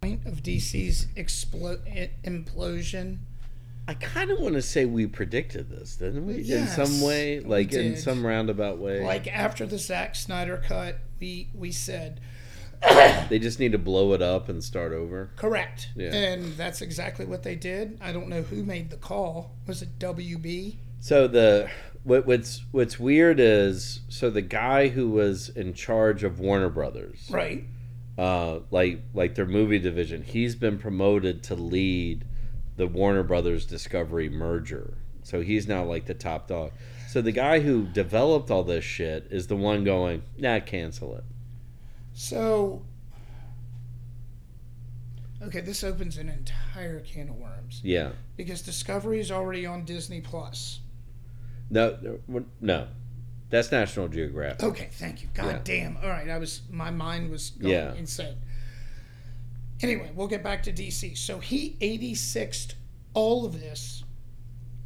Point of DC's explo- i- implosion.
I kind of want to say we predicted this, didn't we?
Yes,
in some way,
we
like in
did.
some roundabout way.
Like after the Zack Snyder cut, we we said
they just need to blow it up and start over.
correct,
Yeah.
and that's exactly what they did. I don't know who made the call. Was it WB?
So the what, what's what's weird is so the guy who was in charge of Warner Brothers,
Right.
uh, like like their movie division, he's been promoted to lead the Warner Brothers Discovery merger. So he's now like the top dog. So the guy who developed all this shit is the one going, nah, cancel it.
So, okay, this opens an entire can of worms
Yeah.
because Discovery is already on Disney Plus.
No, no, that's National Geographic.
Okay, thank you. God
Yeah.
damn. All right, I was my mind was going
Yeah.
insane. Anyway, we'll get back to DC. So he 86th all of this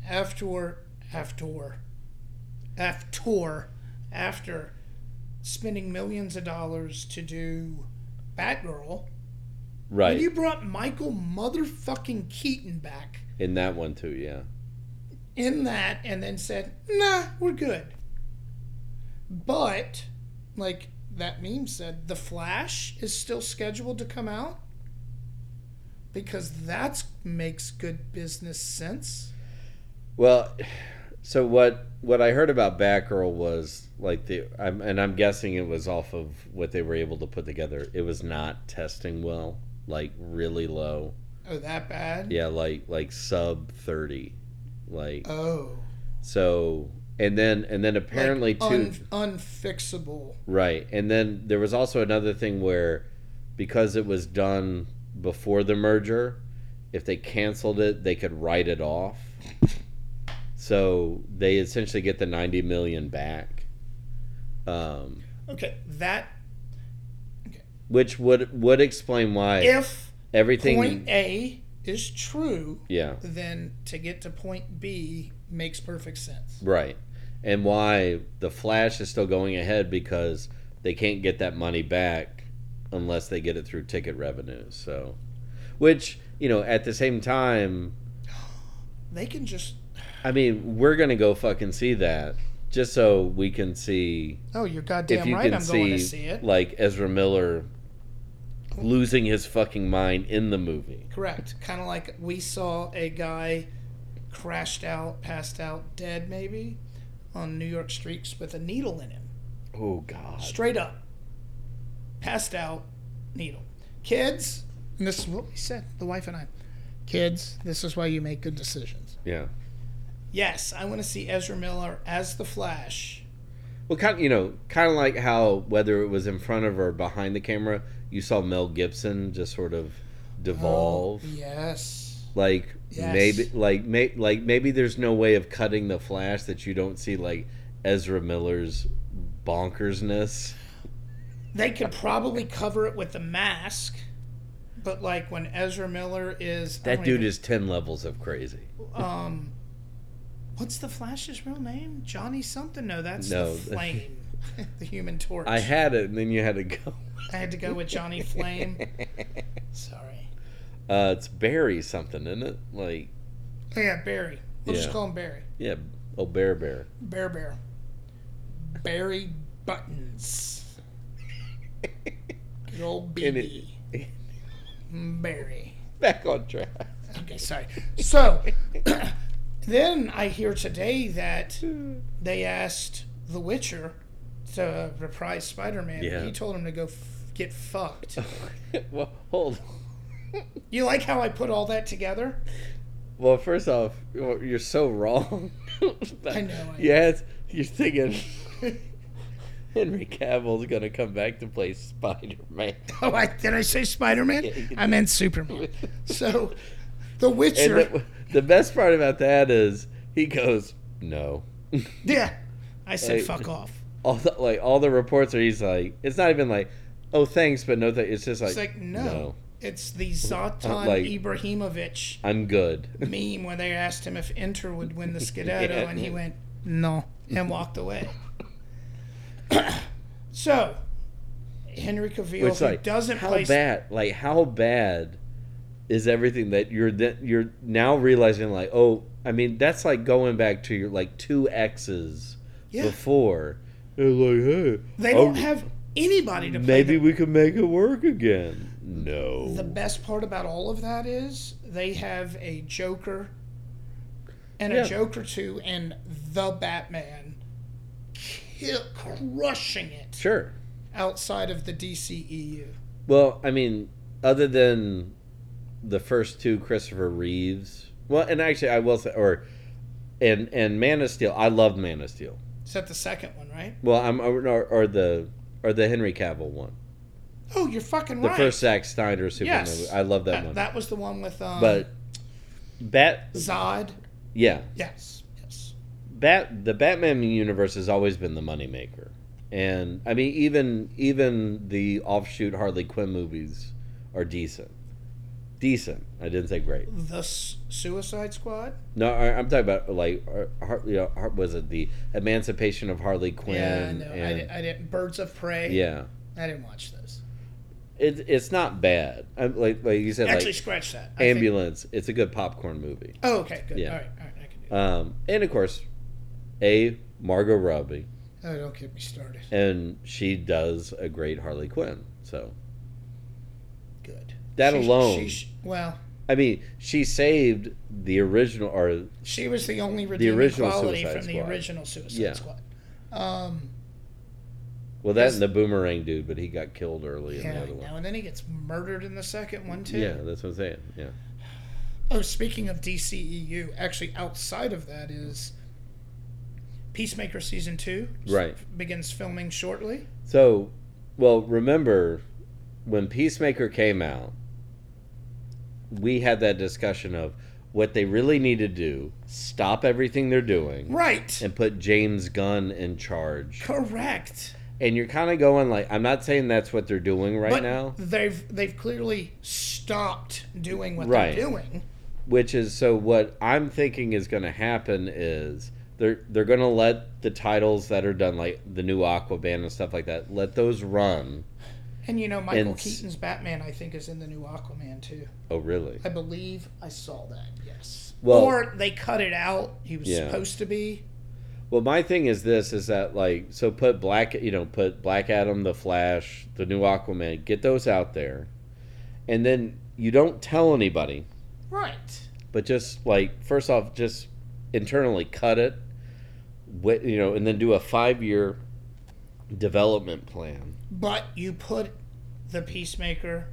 after after after after spending millions of dollars to do Batgirl.
Right.
And you brought Michael motherfucking Keaton back
in that one too, yeah.
in that and then said, nah, we're good. But, like that meme said, The Flash is still scheduled to come out because that makes good business sense.
Well, so what what I heard about Batgirl was like the I'm, and I'm guessing it was off of what they were able to put together. It was not testing well, like really low.
Oh, that bad?
Yeah, like like sub 30. Like
Oh.
so and then and then apparently
like
too
un- unfixable.
Right. And then there was also another thing where because it was done before the merger, if they canceled it, they could write it off. So they essentially get the 90 million back. Um,
Okay, that
which would would explain why
if
everything
point A is true,
yeah,
then to get to point B makes perfect sense.
right. And why the Flash is still going ahead because they can't get that money back unless they get it through ticket revenues. So which, you know, at the same time
They can just
I mean, we're gonna go fucking see that just so we can see
Oh, you're
if
goddamn
you
right.
can
I'm going
see,
to see it.
like Ezra Miller losing his fucking mind in the movie.
Correct. Kind of like we saw a guy crashed out, passed out, dead maybe, on New York streets with a needle in him.
Oh God!
Straight up. Passed out, needle. Kids, and this is what we said, the wife and I. Kids, this is why you make good decisions.
Yeah.
Yes, I want to see Ezra Miller as the Flash.
Well, kind you know, kind of like how whether it was in front of or behind the camera, you saw Mel Gibson just sort of devolve.
Oh, Yes.
Like
Yes.
maybe, like may, like maybe there's no way of cutting the Flash that you don't see like Ezra Miller's bonkersness.
they could probably cover it with the mask, but like when Ezra Miller is I
That
don't
dude
even-
is ten levels of crazy.
um, what's the Flash's real name? Johnny something? No, that's
No.
the Flame, the Human Torch.
I had it, and then you had to go.
I had to go with Johnny Flame. Sorry.
Uh, it's Barry something, isn't it? Like,
Oh, yeah, Barry. We'll
Yeah.
just call him Barry.
yeah, oh Bear Bear.
Bear Bear. Barry Buttons. Good old
And
BB. Barry.
Back on track.
Okay, sorry. So then I hear today that they asked The Witcher to reprise Spider Man.
Yeah.
He told him to go f- get fucked.
well, hold. on.
you like how I put all that together?
Well, first off, you're you're so wrong.
I know, I
yes, you're thinking Henry Cavill's gonna come back to play Spider Man,
Oh, I, did I say Spider Man?
you
I meant Superman. So The
and
Witcher.
the, the best part about that is he goes no.
yeah. I said
Like-
fuck off.
all the, like all the reports are he's like it's not even like oh thanks but no thanks. It's just like,
It's like, no. It's the Zlatan
like-
Ibrahimovic
I'm good.
meme when they asked him if Inter would win the Scudetto,
Yeah.
and he went no and walked away. so, Henry Cavill,
Which
who
like
doesn't
how
play,
bad like how bad is everything that you're that you're now realizing like oh I mean that's like going back to your like two exes
Yeah.
before. They're like hey
they
oh,
don't have anybody to play.
maybe
them.
we could make it work again. No.
the best part about all of that is they have a Joker and
Yeah.
a Joker two and the Batman, kill, crushing it
sure.
outside of the E DCEU.
Well, I mean, other than the first two Christopher Reeves, well, and actually, I will say, or and and Man of Steel, I loved Man of Steel.
Except the second one, right?
Well, I'm or, or or the or the Henry Cavill one,
Oh, you're fucking
the
right.
first Zack Snyder Superman
Yes.
movie. I love that,
That,
one.
that was the one with um,
but Bat,
Zod.
yeah,
Yes, yes.
Bat, the Batman universe has always been the moneymaker, and I mean, even even the offshoot Harley Quinn movies are decent. Decent. I didn't say great.
The S- Suicide Squad.
No, I, I'm talking about like Har- Har- you know, Har- was it the Emancipation of Harley Quinn?
yeah, no, I,
and-
di- I didn't. Birds of Prey.
yeah.
I didn't watch those.
It, it's not bad. I'm, like like you said,
Actually,
like
scratch that. I think-
ambulance. It's a good popcorn movie.
oh, okay, good.
Yeah.
All right, all right, I can do. That.
Um, and of course, a Margot Robbie,
oh, don't get me started.
and she does a great Harley Quinn. So
Good.
that
She-
alone,
she- she- well,
I mean, she saved the original or
she was the only redeeming
original
quality
Suicide
from the
Squad.
original Suicide
Yeah.
Squad. Um,
well that
Yes.
and the boomerang dude, but he got killed early in
yeah,
the
I
other
know.
one.
And then he gets murdered in the second one too.
Yeah, that's what I'm saying. Yeah.
Oh, speaking of DCEU, actually outside of that is Peacemaker season 2
Right.
begins filming shortly.
So, well, remember when Peacemaker came out, we had that discussion of what they really need to do stop everything they're doing
Right.
and put James Gunn in charge.
Correct.
And you're kind of going like, I'm not saying that's what they're doing right
but
now,
they've they've clearly stopped doing what
Right.
they're doing.
which is so what I'm thinking is going to happen is they're they're going to let the titles that are done like the new Aquaman and stuff like that, let those run.
And you know,
And
Michael
s-
Keaton's Batman, I think, is in the new Aquaman too.
Oh, really?
I believe I saw that. Yes.
Well-
or they cut it out. He was
Yeah.
supposed to be.
Well, my thing is this: is that like so put Black, you know, put Black Adam, the Flash, the new Aquaman, get those out there, and then you don't tell anybody,
Right.
but just like first off, just internally cut it, wait, you know, and then do a five-year development plan.
But you put the Peacemaker,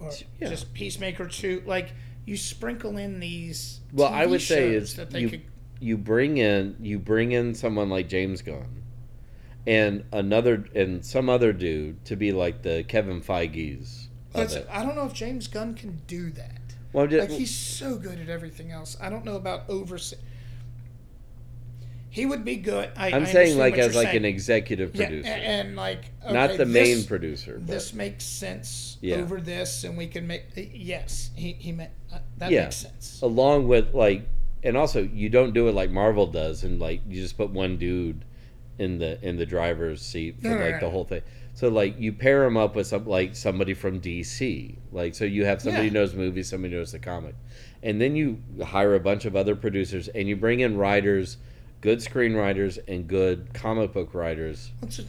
or
Yeah.
just Peacemaker two, like you sprinkle in these.
Well,
TV
I would say
shows
is
that they
you
could,
you bring in you bring in someone like James Gunn, and another and some other dude to be like the Kevin Feige's. of
that's-
it.
I don't know if James Gunn can do that.
Well, I'm just-
Like he's so good at everything else. I don't know about overseeing. He would be good. I,
I'm saying
I understand
like
what
as
you're
like an
saying.
executive
yeah,
producer,
and, and, like
not
okay,
the main
this-
producer. But
This makes sense
Yeah.
over this, and we can make yes. He he meant uh, that
Yeah.
makes sense.
along with like, and also you don't do it like Marvel does, and like you just put one dude in the in the driver's seat for
No, no,
like the
no.
whole thing. So like you pair him up with some like somebody from DC, like so you have somebody
Yeah.
who knows movies, somebody who knows the comic, and then you hire a bunch of other producers and you bring in writers, good screenwriters and good comic book writers,
Which is,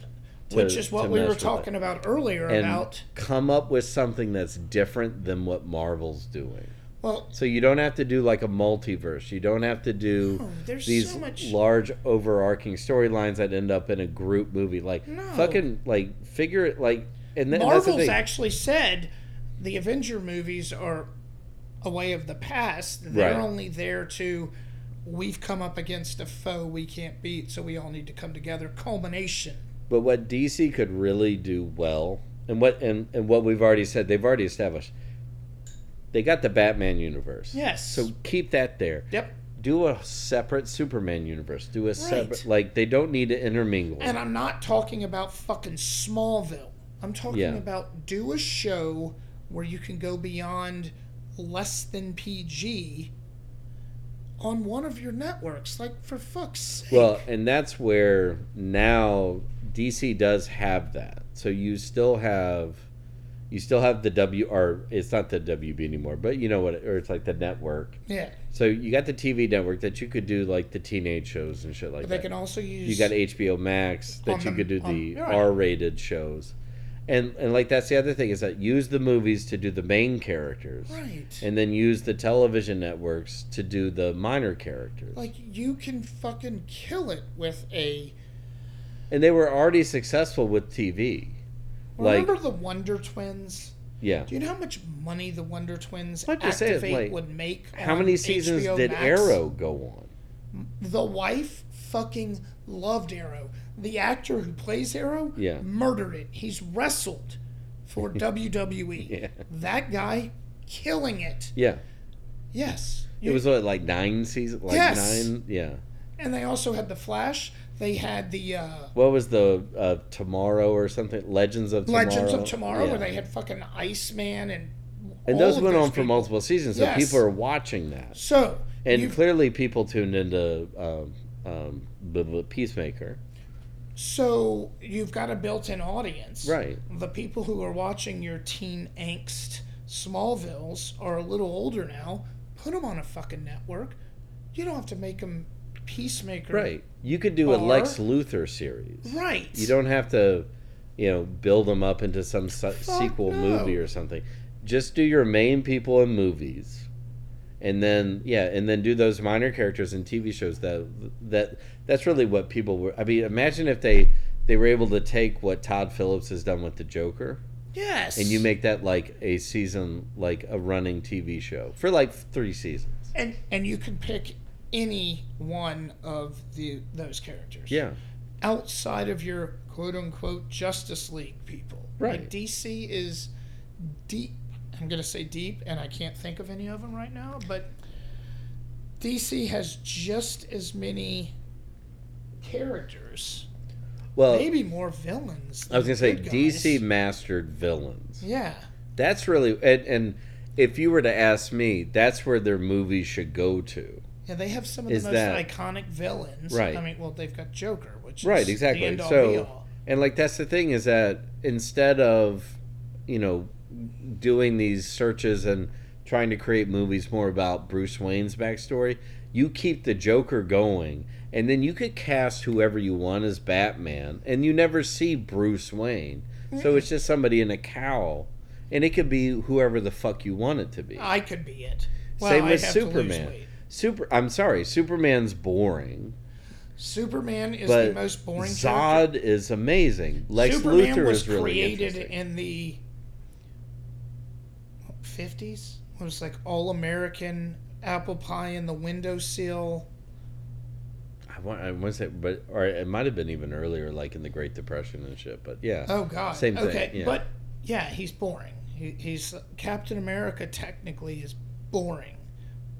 to-
which is
to
what we
mess
were
with it.
talking about earlier
and
about
come up with something that's different than what Marvel's doing.
Well,
So you don't have to do like a multiverse. You don't have to do
oh, there's
these
so much.
large overarching storylines that end up in a group movie. Like
No.
fucking like figure it like and, th- and that's the
Marvel's
thing.
actually said the Avenger movies are a way of the past. They're
Right.
only there to we've come up against a foe we can't beat, so we all need to come together. Culmination.
but what DC could really do well and what and, and what we've already said, they've already established they got the Batman universe.
Yes.
So keep that there.
Yep.
Do a separate Superman universe. Do a separate
Right.
like they don't need to intermingle.
And I'm not talking about fucking Smallville. I'm talking
Yeah.
about do a show where you can go beyond less than PG on one of your networks. Like for fuck's sake.
Well, and that's where now DC does have that. So you still have you still have the W or it's not the WB anymore, but you know what or it's like the network.
yeah.
So you got the TV network that you could do like the teenage shows and shit like
But they
that.
can also use
You got HBO Max that
On
you
the-
could do
on-
the
yeah.
R-rated shows. And and like that's the other thing is that use the movies to do the main characters.
right.
And then use the television networks to do the minor characters.
Like you can fucking kill it with a.
and they were already successful with TV. Like,
Remember the Wonder Twins?
yeah.
Do you know how much money the Wonder Twins
I'm
Activate
just saying, like,
would make?
How
on
many seasons
HBO
did
Max?
Arrow go on?
The wife fucking loved Arrow. The actor who plays Arrow
Yeah.
murdered it. He's wrestled for WWE.
Yeah.
That guy killing it.
Yeah.
Yes.
It was what, like nine seasons? Like
Yes.
nine? Yeah.
and they also had the Flash. They had the uh,
What was the uh, Tomorrow or something? Legends of Tomorrow.
Legends of Tomorrow,
Yeah.
where they had fucking Iceman and
and
all
those
of
went
those
on for
people.
multiple seasons, so
Yes.
people are watching that.
So
And
you've-
clearly, people tuned into um, um, b- b- Peacemaker.
so you've got a built-in audience,
Right.
The people who are watching your teen angst Smallvilles are a little older now. Put them on a fucking network. You don't have to make them peacemaker,
Right. You could do a
Or-
Lex Luthor series.
Right.
You don't have to, you know, build them up into some se- sequel
no.
movie or something. Just do your main people in movies, and then yeah, and then do those minor characters in TV shows. That that that's really what people were. I mean, imagine if they they were able to take what Todd Phillips has done with the Joker,
Yes.
and you make that like a season, like a running TV show for like three seasons.
and and you can pick any one of the those characters.
Yeah,
outside of your quote unquote Justice League people. Like,
Right.
DC is deep. I'm going to say deep, and I can't think of any of them right now, but DC has just as many characters,
well.
maybe more villains.
Uh, I was gonna
than
say
good guys.
DC mastered villains.
Yeah.
That's really and, and if you were to ask me, that's where their movies should go to.
Yeah, they have some of the
Is
most
that-
iconic villains.
Right.
I mean, well, they've got Joker, which is
Right,
the
exactly.
end-all,
So-
be-all.
And like that's the thing is that instead of, you know, doing these searches and trying to create movies more about Bruce Wayne's backstory, you keep the Joker going and then you could cast whoever you want as Batman and you never see Bruce Wayne. So it's just somebody in a cowl and it could be whoever the fuck you want it to be.
I could be it. Well,
Same
I'd
with
have to lose
Superman.
weight.
Super I'm sorry, Superman's boring.
Superman is
But
the most boring
Zod
character.
is amazing. Lex
Superman
Luthor
was
is really
created
interesting.
in the fifties. It was like all American apple pie in the windowsill.
I want, I want to say, but or it might have been even earlier, like in the Great Depression and shit. But yeah,
Oh God.
Same thing,
Okay,
yeah.
but yeah, he's boring. He, he's uh, Captain America. Technically, is boring,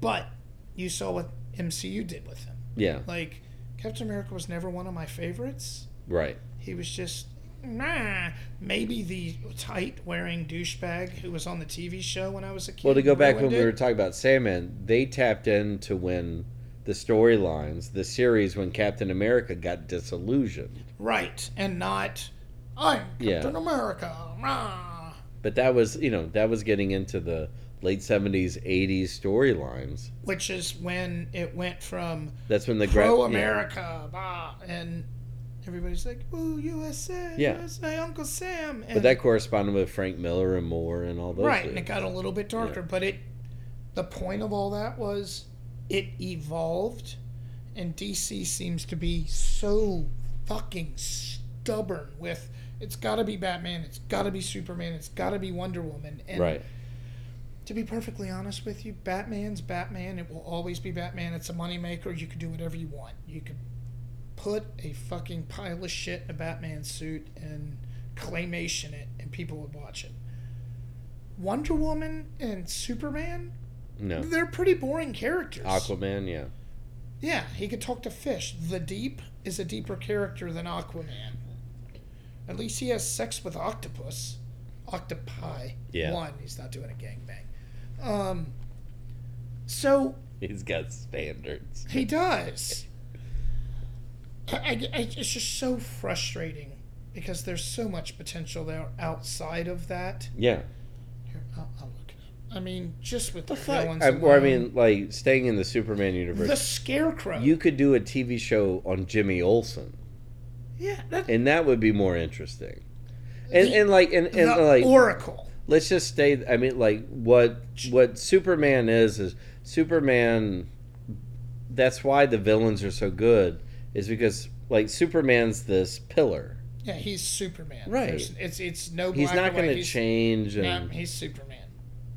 but you saw what MCU did with him.
yeah,
Like Captain America was never one of my favorites.
right.
He was just nah. Maybe the tight wearing douchebag who was on the TV show when I was a kid.
Well, to go back when
ruined
we
it.
were talking about Sandman, they tapped into when the storylines, the series, when Captain America got disillusioned.
Right, and not I'm Captain
Yeah.
America. rah."
But that was, you know, that was getting into the late seventies, eighties storylines.
Which is when it went from
That's when the gra-
pro
yeah.
America, bah, and everybody's like, "Ooh, USA,
Yeah.
USA, Uncle Sam." And,
But that corresponded with Frank Miller and Moore and all those.
right,
dudes.
and it got a little bit darker, but it. the point of all that was it evolved, and DC seems to be so fucking stubborn with it's got to be Batman, it's got to be Superman, it's got to be Wonder Woman, and
right.
to be perfectly honest with you, Batman's Batman. It will always be Batman. It's a moneymaker. You can do whatever you want. You could put a fucking pile of shit in a Batman suit and claymation it, and people would watch it. Wonder Woman and Superman,
No.
they're pretty boring characters.
Aquaman, yeah.
Yeah, he could talk to fish. The Deep is a deeper character than Aquaman. At least he has sex with octopus. Octopi.
Yeah.
One, he's not doing a gangbang. Um, so
He's got standards.
he does. I, I- I- it's just so frustrating because there's so much potential there outside of that.
Yeah.
Here, I'll, I'll look it up. I mean, just with the, villains
I, or I
alone.
mean, like staying in the Superman
the
universe,
Scarecrow.
you could do a TV show on Jimmy Olsen,
yeah, that,
and that would be more interesting. And
The-
and like and, and
the
like
Oracle.
let's just stay. I mean, like what what Superman is is Superman. That's why the villains are so good, is because like Superman's this pillar.
Yeah, he's Superman.
Right.
There's- it's it's no.
He's
black
not
and
going
white.
to
He's-
change,
No,
and
he's Superman.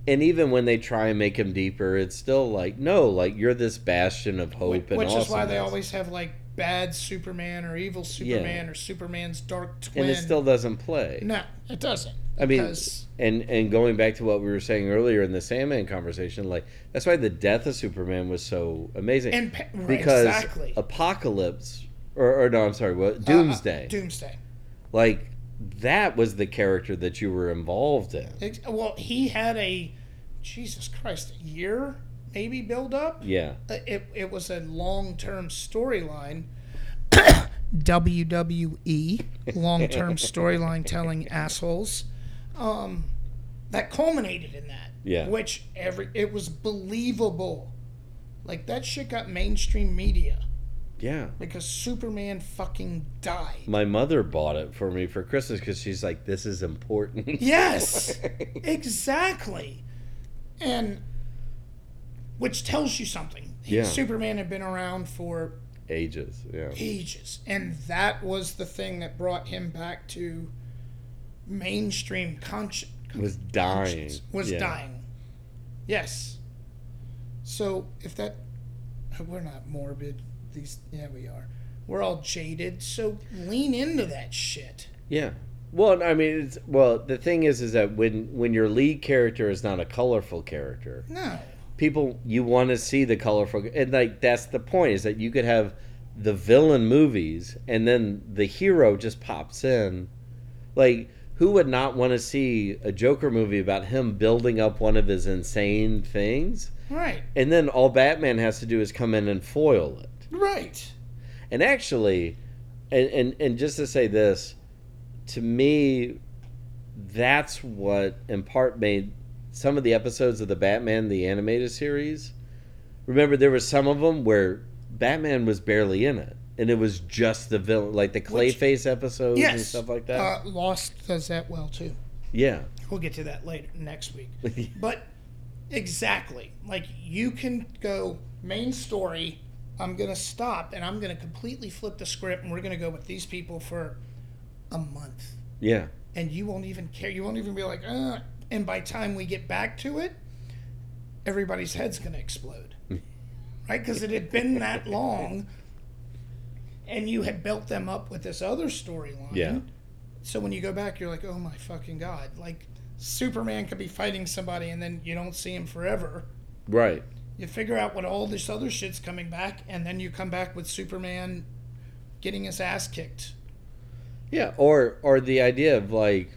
and even when they try and make him deeper, it's still like no, like you're this bastion of hope
Which,
and
which is why they
awesomeness.
always have like bad Superman or evil Superman or Superman's dark twin.
and it still doesn't play.
no, it doesn't.
I mean,
because-
and and going back to what we were saying earlier in the Sandman conversation, like that's why the death of Superman was so amazing.
and pa- right,
because
exactly
Apocalypse, or, or no, I'm sorry, what
Uh, uh,
Doomsday,
Doomsday.
like that was the character that you were involved in.
Ex- Well, he had a Jesus Christ a year maybe build up.
Yeah,
Uh, It it was a long term storyline. WWE long term storyline telling assholes. Um, that culminated in that.
Yeah.
Which every it was believable. Like that shit got mainstream media
yeah.
because Superman fucking died.
My mother bought it for me for Christmas because she's like, "This is important."
Yes. Exactly. And which tells you something. He-
Yeah.
Superman had been around for
Ages, yeah,
ages. And that was the thing that brought him back to mainstream consci-
was dying,
conscience. Was
Yeah.
dying. Yes. So if that. uh, We're not morbid. These. Yeah, we are. We're all jaded. So lean into that shit.
Yeah. Well, I mean, it's well. The thing is, is that when when your lead character is not a colorful character,
No.
people you want to see the colorful, and like that's the point is that you could have the villain movies, and then the hero just pops in. Like, who would not want to see a Joker movie about him building up one of his insane things,
Right.
and then all Batman has to do is come in and foil it.
Right.
And actually, and, and, and just to say this, to me, that's what in part made some of the episodes of the Batman the animated series. Remember, there were some of them where Batman was barely in it, and it was just the villain, like the
Which-
Clayface episodes and
Yes.
stuff like that.
Uh, Lost does that well too.
yeah,
We'll get to that later next week. But exactly. Like you can go main story, I'm going to stop and I'm going to completely flip the script and we're going to go with these people for a month.
yeah,
And you won't even care. You won't even be like, uh, and by time we get back to it, everybody's head's going to explode.
Hmm.
right? Because it had been that long and you had built them up with this other storyline.
yeah,
So when you go back, you're like, oh my fucking god! Like Superman could be fighting somebody, and then you don't see him forever.
right,
You figure out what all this other shit's coming back, and then you come back with Superman getting his ass kicked.
yeah. Or or the idea of like,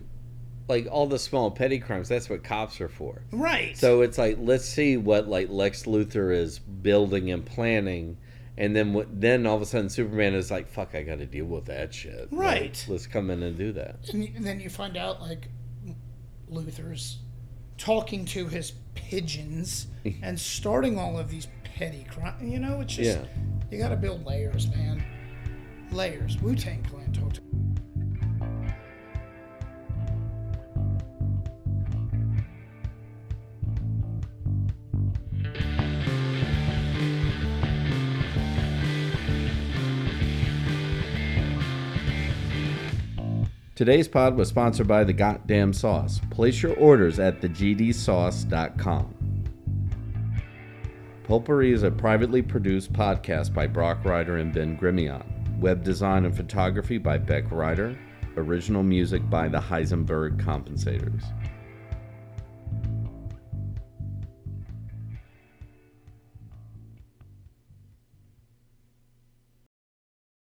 like all the small petty crimes. That's what cops are for.
Right.
So it's like let's see what like Lex Luthor is building and planning, and then what? Then all of a sudden Superman is like, "Fuck, I got to deal with that shit." Like,
Right.
let's come in and do that.
and y- then you find out like Luther's talking to his pigeons and starting all of these petty crimes. You know, it's just
Yeah.
you got to build layers, man. Layers. Wu Tang Clan talked to
Today's pod was sponsored by The Goddamn Sauce. Place your orders at thegdsauce.com. Pulpery is a privately produced podcast by Brock Ryder and Ben Grimion. Web design and photography by Beck Ryder. Original music by the Heisenberg Compensators.